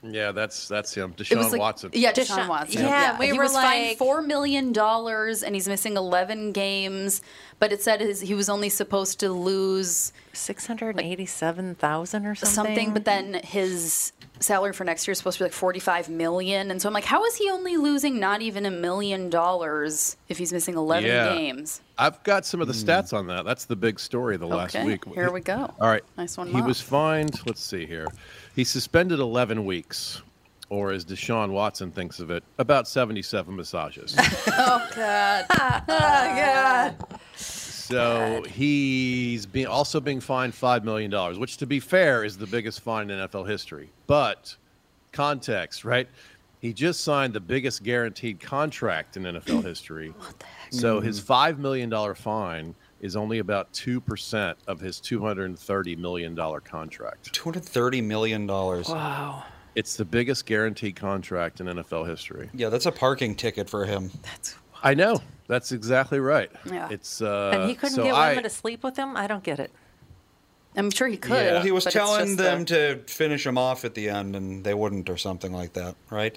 Yeah, that's that's him, It Deshaun was like, Watson. Yeah, Deshaun, Watson. yeah, we he were was like- fined four million dollars, and he's missing eleven games. But it said his, he was only supposed to lose six hundred eighty-seven thousand or something. But then his salary for next year is supposed to be like forty-five million, and so I'm like, how is he only losing not even a million dollars if he's missing eleven Yeah. games? I've got some of the stats on that. That's the big story of the last Okay, week. here we go. All right. Nice one, He Mom. was fined. Let's see here. He suspended 11 weeks, or as Deshaun Watson thinks of it, about 77 massages. oh God! oh God! so he's be- also being fined $5 million, which, to be fair, is the biggest fine in NFL history. But context, right? He just signed the biggest guaranteed contract in NFL history. What the heck? Mm-hmm. So his $5 million fine is only about 2% of his $230 million contract. $230 million. Wow. It's the biggest guaranteed contract in NFL history. Yeah, that's a parking ticket for him. That's I know. That's exactly right. Yeah. It's uh and he couldn't so get I, women to sleep with him. I don't get it. I'm sure he could. well, he was telling them to finish him off at the end, and they wouldn't, or something like that, right?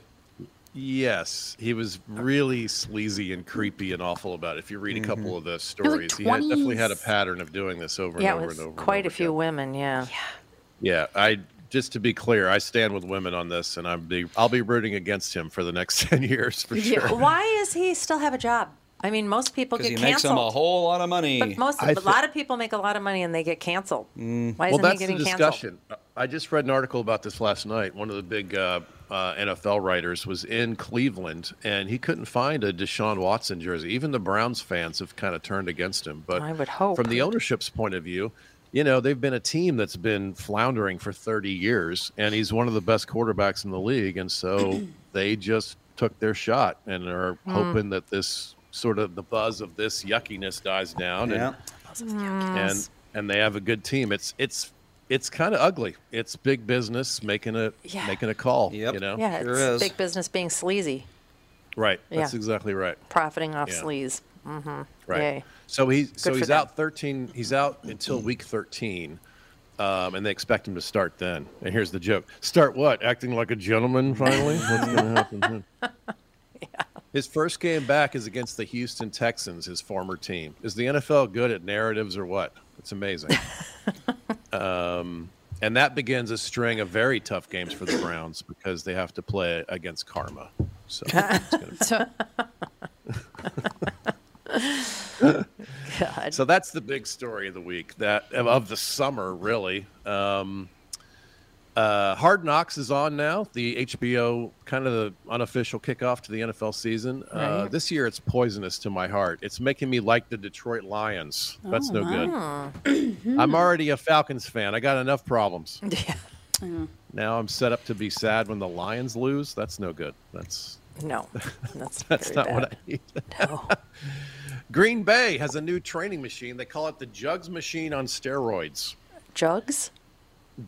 Yes, he was really sleazy and creepy and awful about it. If you read Mm-hmm. a couple of the stories, he had, definitely had a 20s. pattern of doing this over yeah, and over it was and over. and quite over. a few women. Yeah. Yeah, I just to be clear, I stand with women on this, and I'm be, I'll be rooting against him for the next ten years for sure. Why does he still have a job? I mean, most people Because get he makes canceled. him a whole lot of money. but most, I a lot thi- of people make a lot of money and they get canceled. Why well, isn't that's he getting the canceled? discussion. I just read an article about this last night. One of the big uh, uh, NFL writers was in Cleveland, and he couldn't find a Deshaun Watson jersey. Even the Browns fans have kind of turned against him. But I would hope. from the ownership's point of view, you know they've been a team that's been floundering for 30 years, and he's one of the best quarterbacks in the league. And so they just took their shot and are Mm. hoping that this sort of the buzz of this yuckiness dies down. Yeah. And, Mm. and and they have a good team. It's it's it's kind of ugly. It's big business making a Yeah. making a call. You know, yeah, it's big business being sleazy, right. Yeah. That's exactly right. profiting off Yeah. sleaze. Mm-hmm. Right. Yay. So he's so for he's them. out thirteen. He's out until week thirteen. Um, and they expect him to start then. And here's the joke: Start what? Acting like a gentleman finally? What's going to happen? Then? His first game back is against the Houston Texans, his former team. Is the NFL good at narratives or what? It's amazing. um, and that begins a string of very tough games for the Browns because they have to play against karma. So it's gonna be- So that's the big story of the week, that of the summer, really. Um, uh, Hard Knocks is on now, the HBO kind of the unofficial kickoff to the NFL season. Uh, Right. this year, it's poisonous to my heart. It's making me like the Detroit Lions. Oh, That's no good. good. Mm-hmm. I'm already a Falcons fan. I got enough problems. Now I'm set up to be sad when the Lions lose. That's no good. That's No, that's that's very not bad. what I need. Green Bay has a new training machine. They call it the Jugs machine on steroids. Jugs?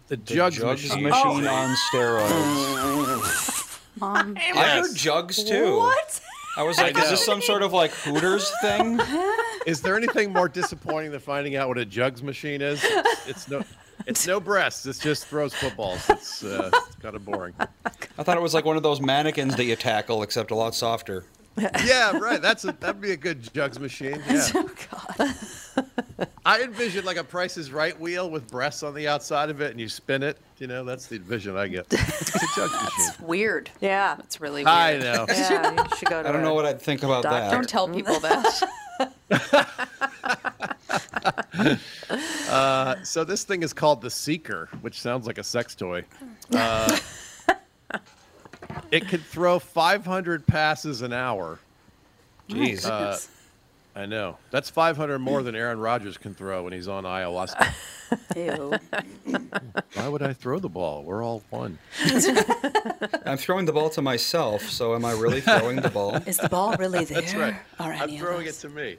The Jugs, Jugs machine, machine Oh. on steroids. Mom. I heard jugs too. What? I was like, I is this know. some sort of like Hooters thing? Is there anything more disappointing than finding out what a Jugs machine is? It's, it's no, it's no breasts. It just throws footballs. It's, uh, it's kind of boring. I thought it was like one of those mannequins that you tackle, except a lot softer. Yeah, right. That's a, that'd be a good Jugs machine. Yeah. I envision like a Price is Right wheel with breasts on the outside of it, and you spin it. You know, that's the vision I get. It's a Jugs machine. Weird. Yeah, it's really. weird. I know. Yeah, you should go to. I don't know a what I'd think about doctor. that. Don't tell people that. Uh, so this thing is called the Seeker, which sounds like a sex toy. Uh, it could throw 500 passes an hour. Uh, My Jeez. goodness. I know. That's 500 more than Aaron Rodgers can throw when he's on ayahuasca. Ew. Why would I throw the ball? We're all one. I'm throwing the ball to myself, so am I really throwing the ball? Is the ball really there? That's right. Are I'm any of throwing it to me.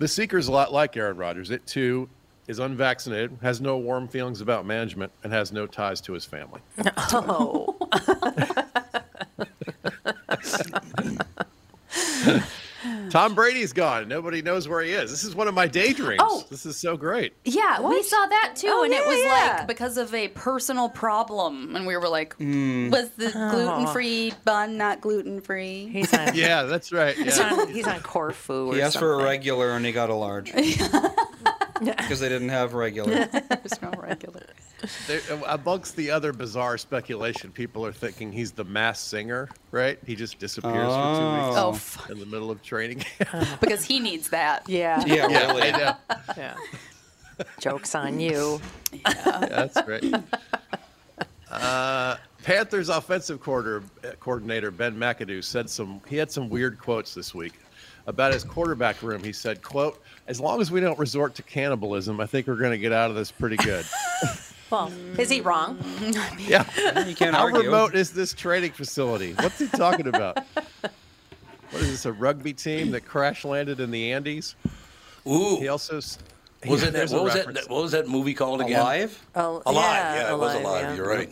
The Seeker's a lot like Aaron Rodgers. It too is unvaccinated, has no warm feelings about management, and has no ties to his family. Oh. Tom Brady's gone. Nobody knows where he is. This is one of my daydreams. Oh. This is so great. Yeah, we What? saw that too, Oh, and it yeah, was yeah. like because of a personal problem, and we were like, Mm. "Was the gluten-free bun not gluten-free?" He's not yeah, that's right. He's yeah. on, he's on Corfu or He asked something. for a regular and he got a large. Because they didn't have regular. There's no regular. There, amongst the other bizarre speculation, people are thinking he's the mass singer, right? He just disappears for two weeks Oh. Oh, fuck. in the middle of training. because he needs that. Yeah. I know. Yeah. Jokes on you. Yeah, that's great. Uh, Panthers offensive quarter, uh, coordinator Ben McAdoo said some. He had some weird quotes this week about his quarterback room. He said, "quote As long as we don't resort to cannibalism, I think we're going to get out of this pretty good." Well, is he wrong? yeah, you can't How argue. remote is this training facility? What's he talking about? what is this? A rugby team that crash landed in the Andes? Ooh. He also s- Was it that, there's what a was reference. that? What was that movie called again? Alive? Oh, alive. yeah, Yeah, it was Alive, alive. yeah. You're right.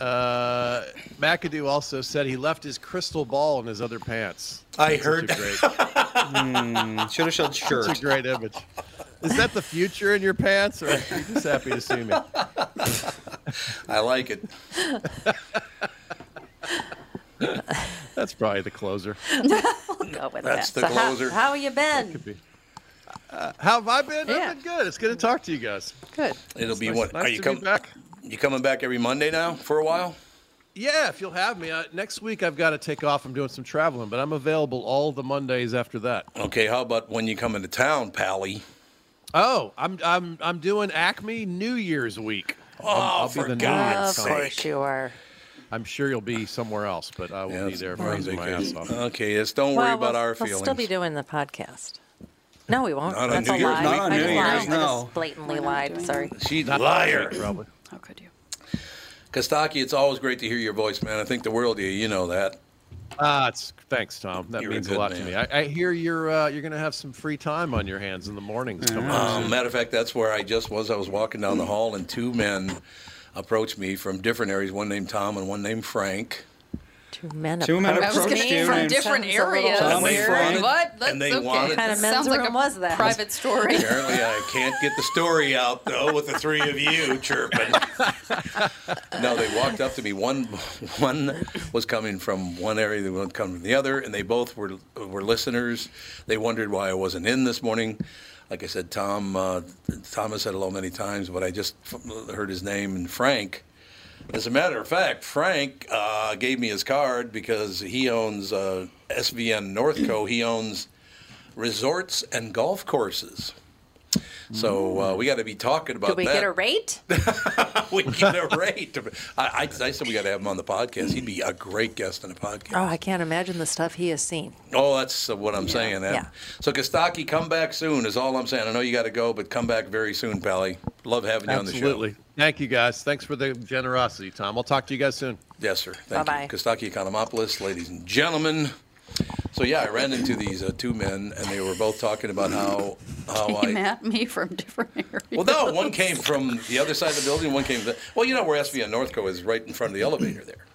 Uh, McAdoo also said he left his crystal ball in his other pants. I heard Such a great, Hmm. Mm-hmm. Should have said shirt. such a great image. Is that the future in your pants, or are you just happy to see me? I like it. That's probably the closer. we'll go with That's that. the closer. how you been? Could be. Uh, how have I been? Yeah. I've been good. It's good to talk to you guys. Good. It'll It's be nice- what? nice are you to be coming back? You coming back every Monday now for a while? Yeah, if you'll have me. Uh, next week, I've got to take off. I'm doing some traveling, but I'm available all the Mondays after that. Okay. How about when you come into town, Pally? Oh, I'm I'm I'm doing Acme New Year's week. Oh, for New Year's God's sake. Of comic. course you are. I'm sure you'll be somewhere else, but I will be there we're on freezing my ass vacation. off. Okay, yes. Don't Well, worry about we'll, our we'll feelings. still be doing the podcast. No, we won't. Not on That's New a Year's lie. night. Not on I New just Year's, lied. I no. just blatantly lied. Sorry. She's Not a last liar. week, probably. How could you? Kostaki, it's always great to hear your voice, man. I think the world of you. You know that. Ah, it's thanks, Tom. That You're a means a good lot to man. me. I, I hear you're uh, you're gonna have some free time on your hands in the mornings. Coming up Um, soon. matter of fact, that's where I just was. I was walking down the hall, and two men approached me from different areas. One named Tom and one named Frank. Two men. Two men approached approached me you from and- different Sounds a little areas. Tom and Weird. Frank, What? That's and they okay. wanted. Kind of men's Sounds like room a was that? private story. Apparently, I can't get the story out though with the three of you chirping. no, they walked up to me. One, one was coming from one area, the one coming from the other, and they both were were listeners. They wondered why I wasn't in this morning. Like I said, Tom, uh, Tom has said hello many times, but I just f- heard his name and Frank. As a matter of fact, Frank uh, gave me his card because he owns uh, SVN Northco. He owns resorts and golf courses. So uh, we got to be talking about Did we that. get a rate? we get a rate. I, I, I said we got to have him on the podcast. He'd be a great guest on the podcast. Oh, I can't imagine the stuff he has seen. Oh, that's uh, what I'm saying. That. yeah. So Kostaki, come back soon is all I'm saying. I know you got to go, but come back very soon, Pally. Love having you on the show. Absolutely. Thank you guys. Thanks for the generosity, Tom. I'll talk to you guys soon. Yes, sir. Thank you. Kostaki Economopoulos, ladies and gentlemen. So yeah, I ran into these uh, two men, and they were both talking about how how I Came at me from different areas. Well, no, one came from the other side of the building, one came. The, well, you know where SVN Northco is, right in front of the elevator there.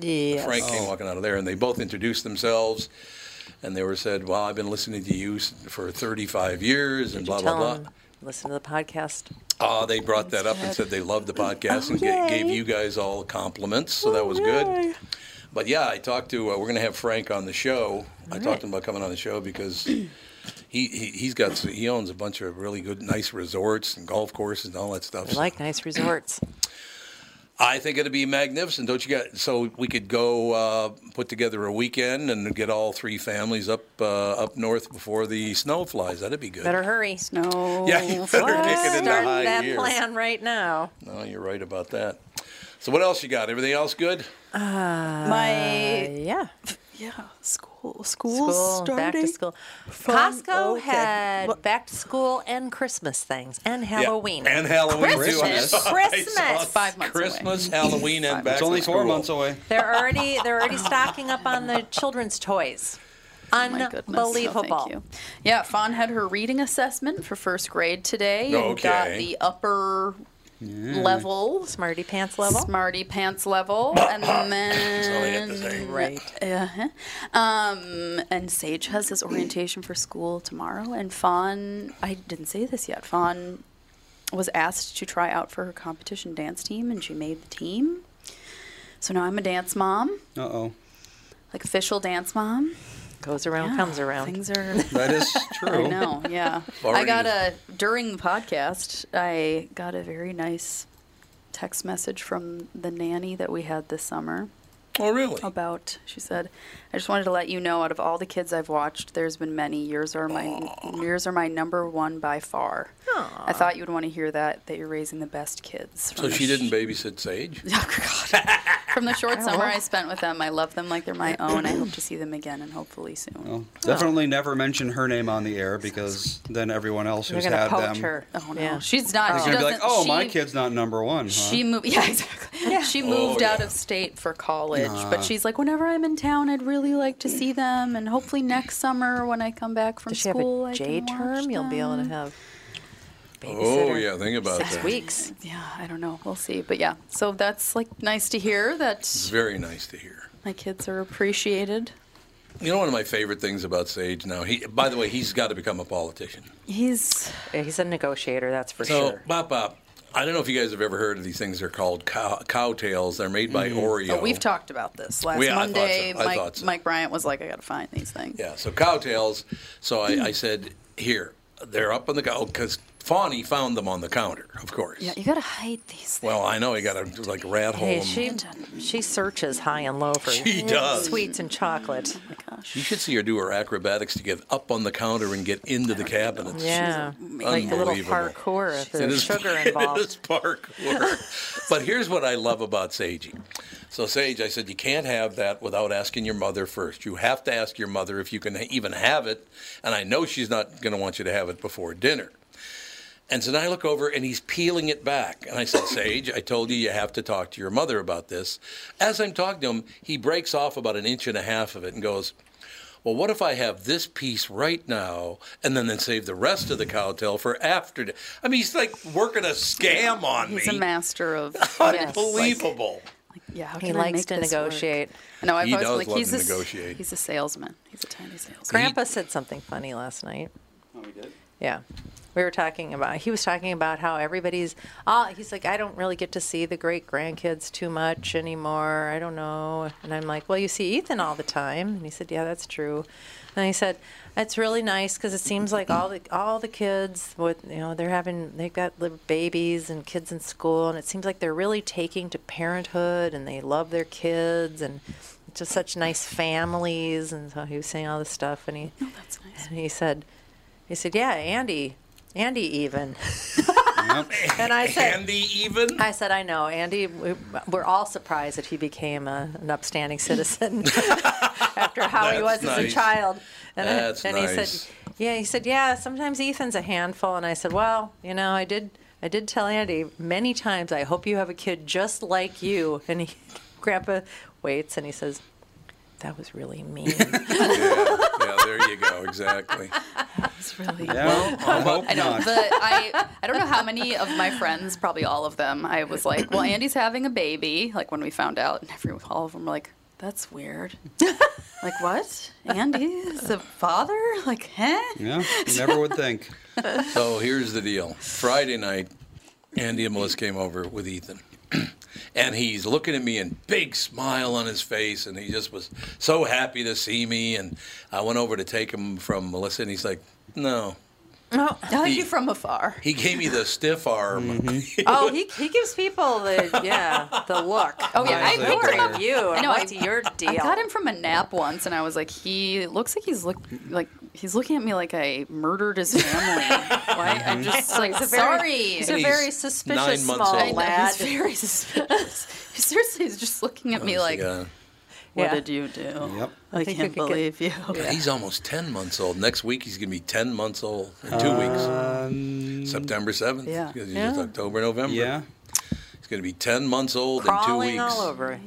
Yes. Oh. Frank came walking out of there, and they both introduced themselves, and they were said, "Well, I've been listening to you s- for 35 years," Did and blah you blah tell blah. him, listen to the podcast? Uh, they brought that up and said they loved the podcast and ga- gave you guys all compliments, so that was good. But yeah, I talked to. Uh, we're going to have Frank on the show. I talked to him about coming on the show because he, he he's got he owns a bunch of really good, nice resorts and golf courses and all that stuff. We like nice resorts. I think it'd be magnificent, don't you? Guys? So we could go uh, put together a weekend and get all three families up uh, up north before the snow flies. That'd be good. Better hurry. Snow. Yeah, you better What? kick it into Start high that gear. plan right now. No, you're right about that. So what else you got? Everything else good? Uh, My- yeah. Yeah, school. School, starting. back to school. from- oh, Costco okay. had Well- back to school and Christmas things and Halloween and Halloween too. Christmas. I saw- I saw Christmas. Five months Christmas, Halloween, and back It's only to four school. months away. They're already they're already stocking up on the children's toys. Oh Unbelievable. No, thank you. Yeah, Fawn had her reading assessment for first grade today and Okay. got the upper level, smarty pants level, Mm. smarty pants level, and then right, uh-huh. um, and Sage has his orientation for school tomorrow, and Fawn, I didn't say this yet, Fawn was asked to try out for her competition dance team, and she made the team. So now I'm a dance mom, Uh oh. like official dance mom. Goes around, Yeah, comes around. Things are That is I true. know, yeah. I Already- got a during the podcast, I got a very nice text message from the nanny that we had this summer. Oh, really? About she said, I just wanted to let you know out of all the kids I've watched, there's been many. Yours are my yours are my number one by far. I thought you would want to hear that that you're raising the best kids. So she didn't babysit Sage? From the short Oh. summer I spent with them, I love them like they're my own. I hope to see them again and hopefully soon. Well, definitely never mention her name on the air because then everyone else They're who's gonna had poach them, her. Oh, no. Yeah. She's not- They're she gonna be like, doesn't- "Oh, she- my kid's not number one." Huh? Uh-huh. She moved. Yeah, exactly. She Oh, moved out yeah. of state for college, Ah. Uh-huh. but she's like, whenever I'm in town, I'd really like to see them, and hopefully next summer when I come back from Does she have a school, I J can watch term? You'll be able to them. have Oh, yeah, think about Six that. weeks. Yeah, I don't know. We'll see. But yeah, so that's like nice to hear It's that very nice to hear. my kids are appreciated. You know, one of my favorite things about Sage now. He, by the way, he's got to become a politician. He's he's a negotiator. That's for so, sure. Bop Bop. I don't know if you guys have ever heard of these things. They're called cow, cow tails. They're made by Oreo. Oh, we've talked about this last Yeah, I thought Monday. so. I Mike, thought so. Mike Bryant was like, I got to find these things. Yeah, so cowtails. So I, I said, here, they're up on the counter because Fawny found them on the counter, of course. Yeah, you got to hide these. Well, I know he got a like rat hole. Hey, in- she she searches high and low for She does. sweets and chocolate. you should see her do her acrobatics to get up on the counter and get into the cabinets. Yeah, like a little Unbelievable. parkour if It there's is- sugar It involved. is parkour. but here's what I love about Sagey. So, Sage, I said, you can't have that without asking your mother first. You have to ask your mother if you can even have it. And I know she's not going to want you to have it before dinner. And so then I look over and he's peeling it back. And I said, Sage, I told you you have to talk to your mother about this. As I'm talking to him, he breaks off about an inch and a half of it and goes, well, what if I have this piece right now and then, then save the rest of the cowtail for after? di- I mean, he's like working a scam on He's me. a master of yes, like- Unbelievable. Yeah, how He can I likes make to this work? negotiate. I know I've He always does like love he's to a, s- negotiate. He's a salesman. He's a tiny salesman. Grandpa said something funny last night. Oh, we did. Yeah. We were talking about, he was talking about how everybody's, ah, he's like, I don't really get to see the great grandkids too much anymore. I don't know. And I'm like, well, you see Ethan all the time. And he said, yeah, that's true. And he said, it's really nice because it seems like all the, all the kids with, you know, they're having, they've got little babies and kids in school. And it seems like they're really taking to parenthood and they love their kids and just such nice families. And so he was saying all this stuff. And he, and he said, he said, "Yeah, Andy, Andy even." and I said, "Andy even." I said, "I know, Andy. we- We're all surprised that he became a, an upstanding citizen after how he was That's as a nice. child." And, I- That's and he nice. said, "Yeah." He said, "Yeah." Sometimes Ethan's a handful, and I said, "Well, you know, I did, I did tell Andy many times. I hope you have a kid just like you." And he, Grandpa waits, and he says, "That was really mean." yeah, there you go. Exactly. It's really Yeah, well, I hope I know not. the I I don't know how many of my friends, probably all of them. I was like, well, Andy's having a baby. Like when we found out, and every all of them were like, that's weird. like what? Andy is a father? Like, huh? Yeah, you never would think. So here's the deal. Friday night, Andy and Melissa came over with Ethan. And he's looking at me and big smile on his face, and he just was so happy to see me. And I went over to take him from Melissa, and he's like, "No." No, I like He- you from afar. He gave me the stiff arm. Oh, he, he gives people the yeah the look. Oh yeah, I Mine's like picked him that. up. You, I know. what's I, your I deal? got him from a nap once, and I was like, he looks like he's look like he's looking at me like I murdered his family. Why? I'm just Oh, like he's a very- sorry. he's a And very he's suspicious nine months small I know, lad. He's very suspicious. he seriously is just looking Oh, at me like, what did you do? Yep. I, I think can't you could get- believe you. He's almost 10 months old. Next week, he's going to be 10 months old in two weeks. September 7th. Yeah. Because it's Yeah. October, November. Um, Yeah. It's going to be 10 months old in Crawling two weeks. all over it.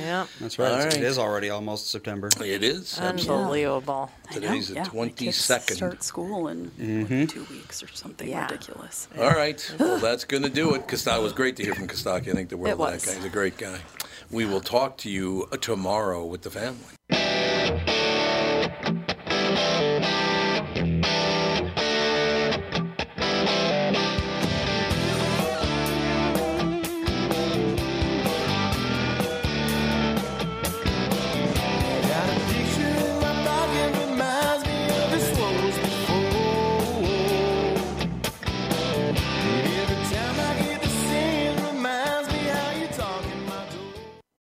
Yeah. That's All right. It's- It right. is already almost September. It is. Unbelievable. Today's the yeah, my kids 22nd. Start school in Mhm. two weeks or something Yeah. ridiculous. All right. Well, that's going to do it. Kostaki it was great to hear from Kostaki. I think the world It of that was. guy. He's a great guy. We will talk to you tomorrow with the family.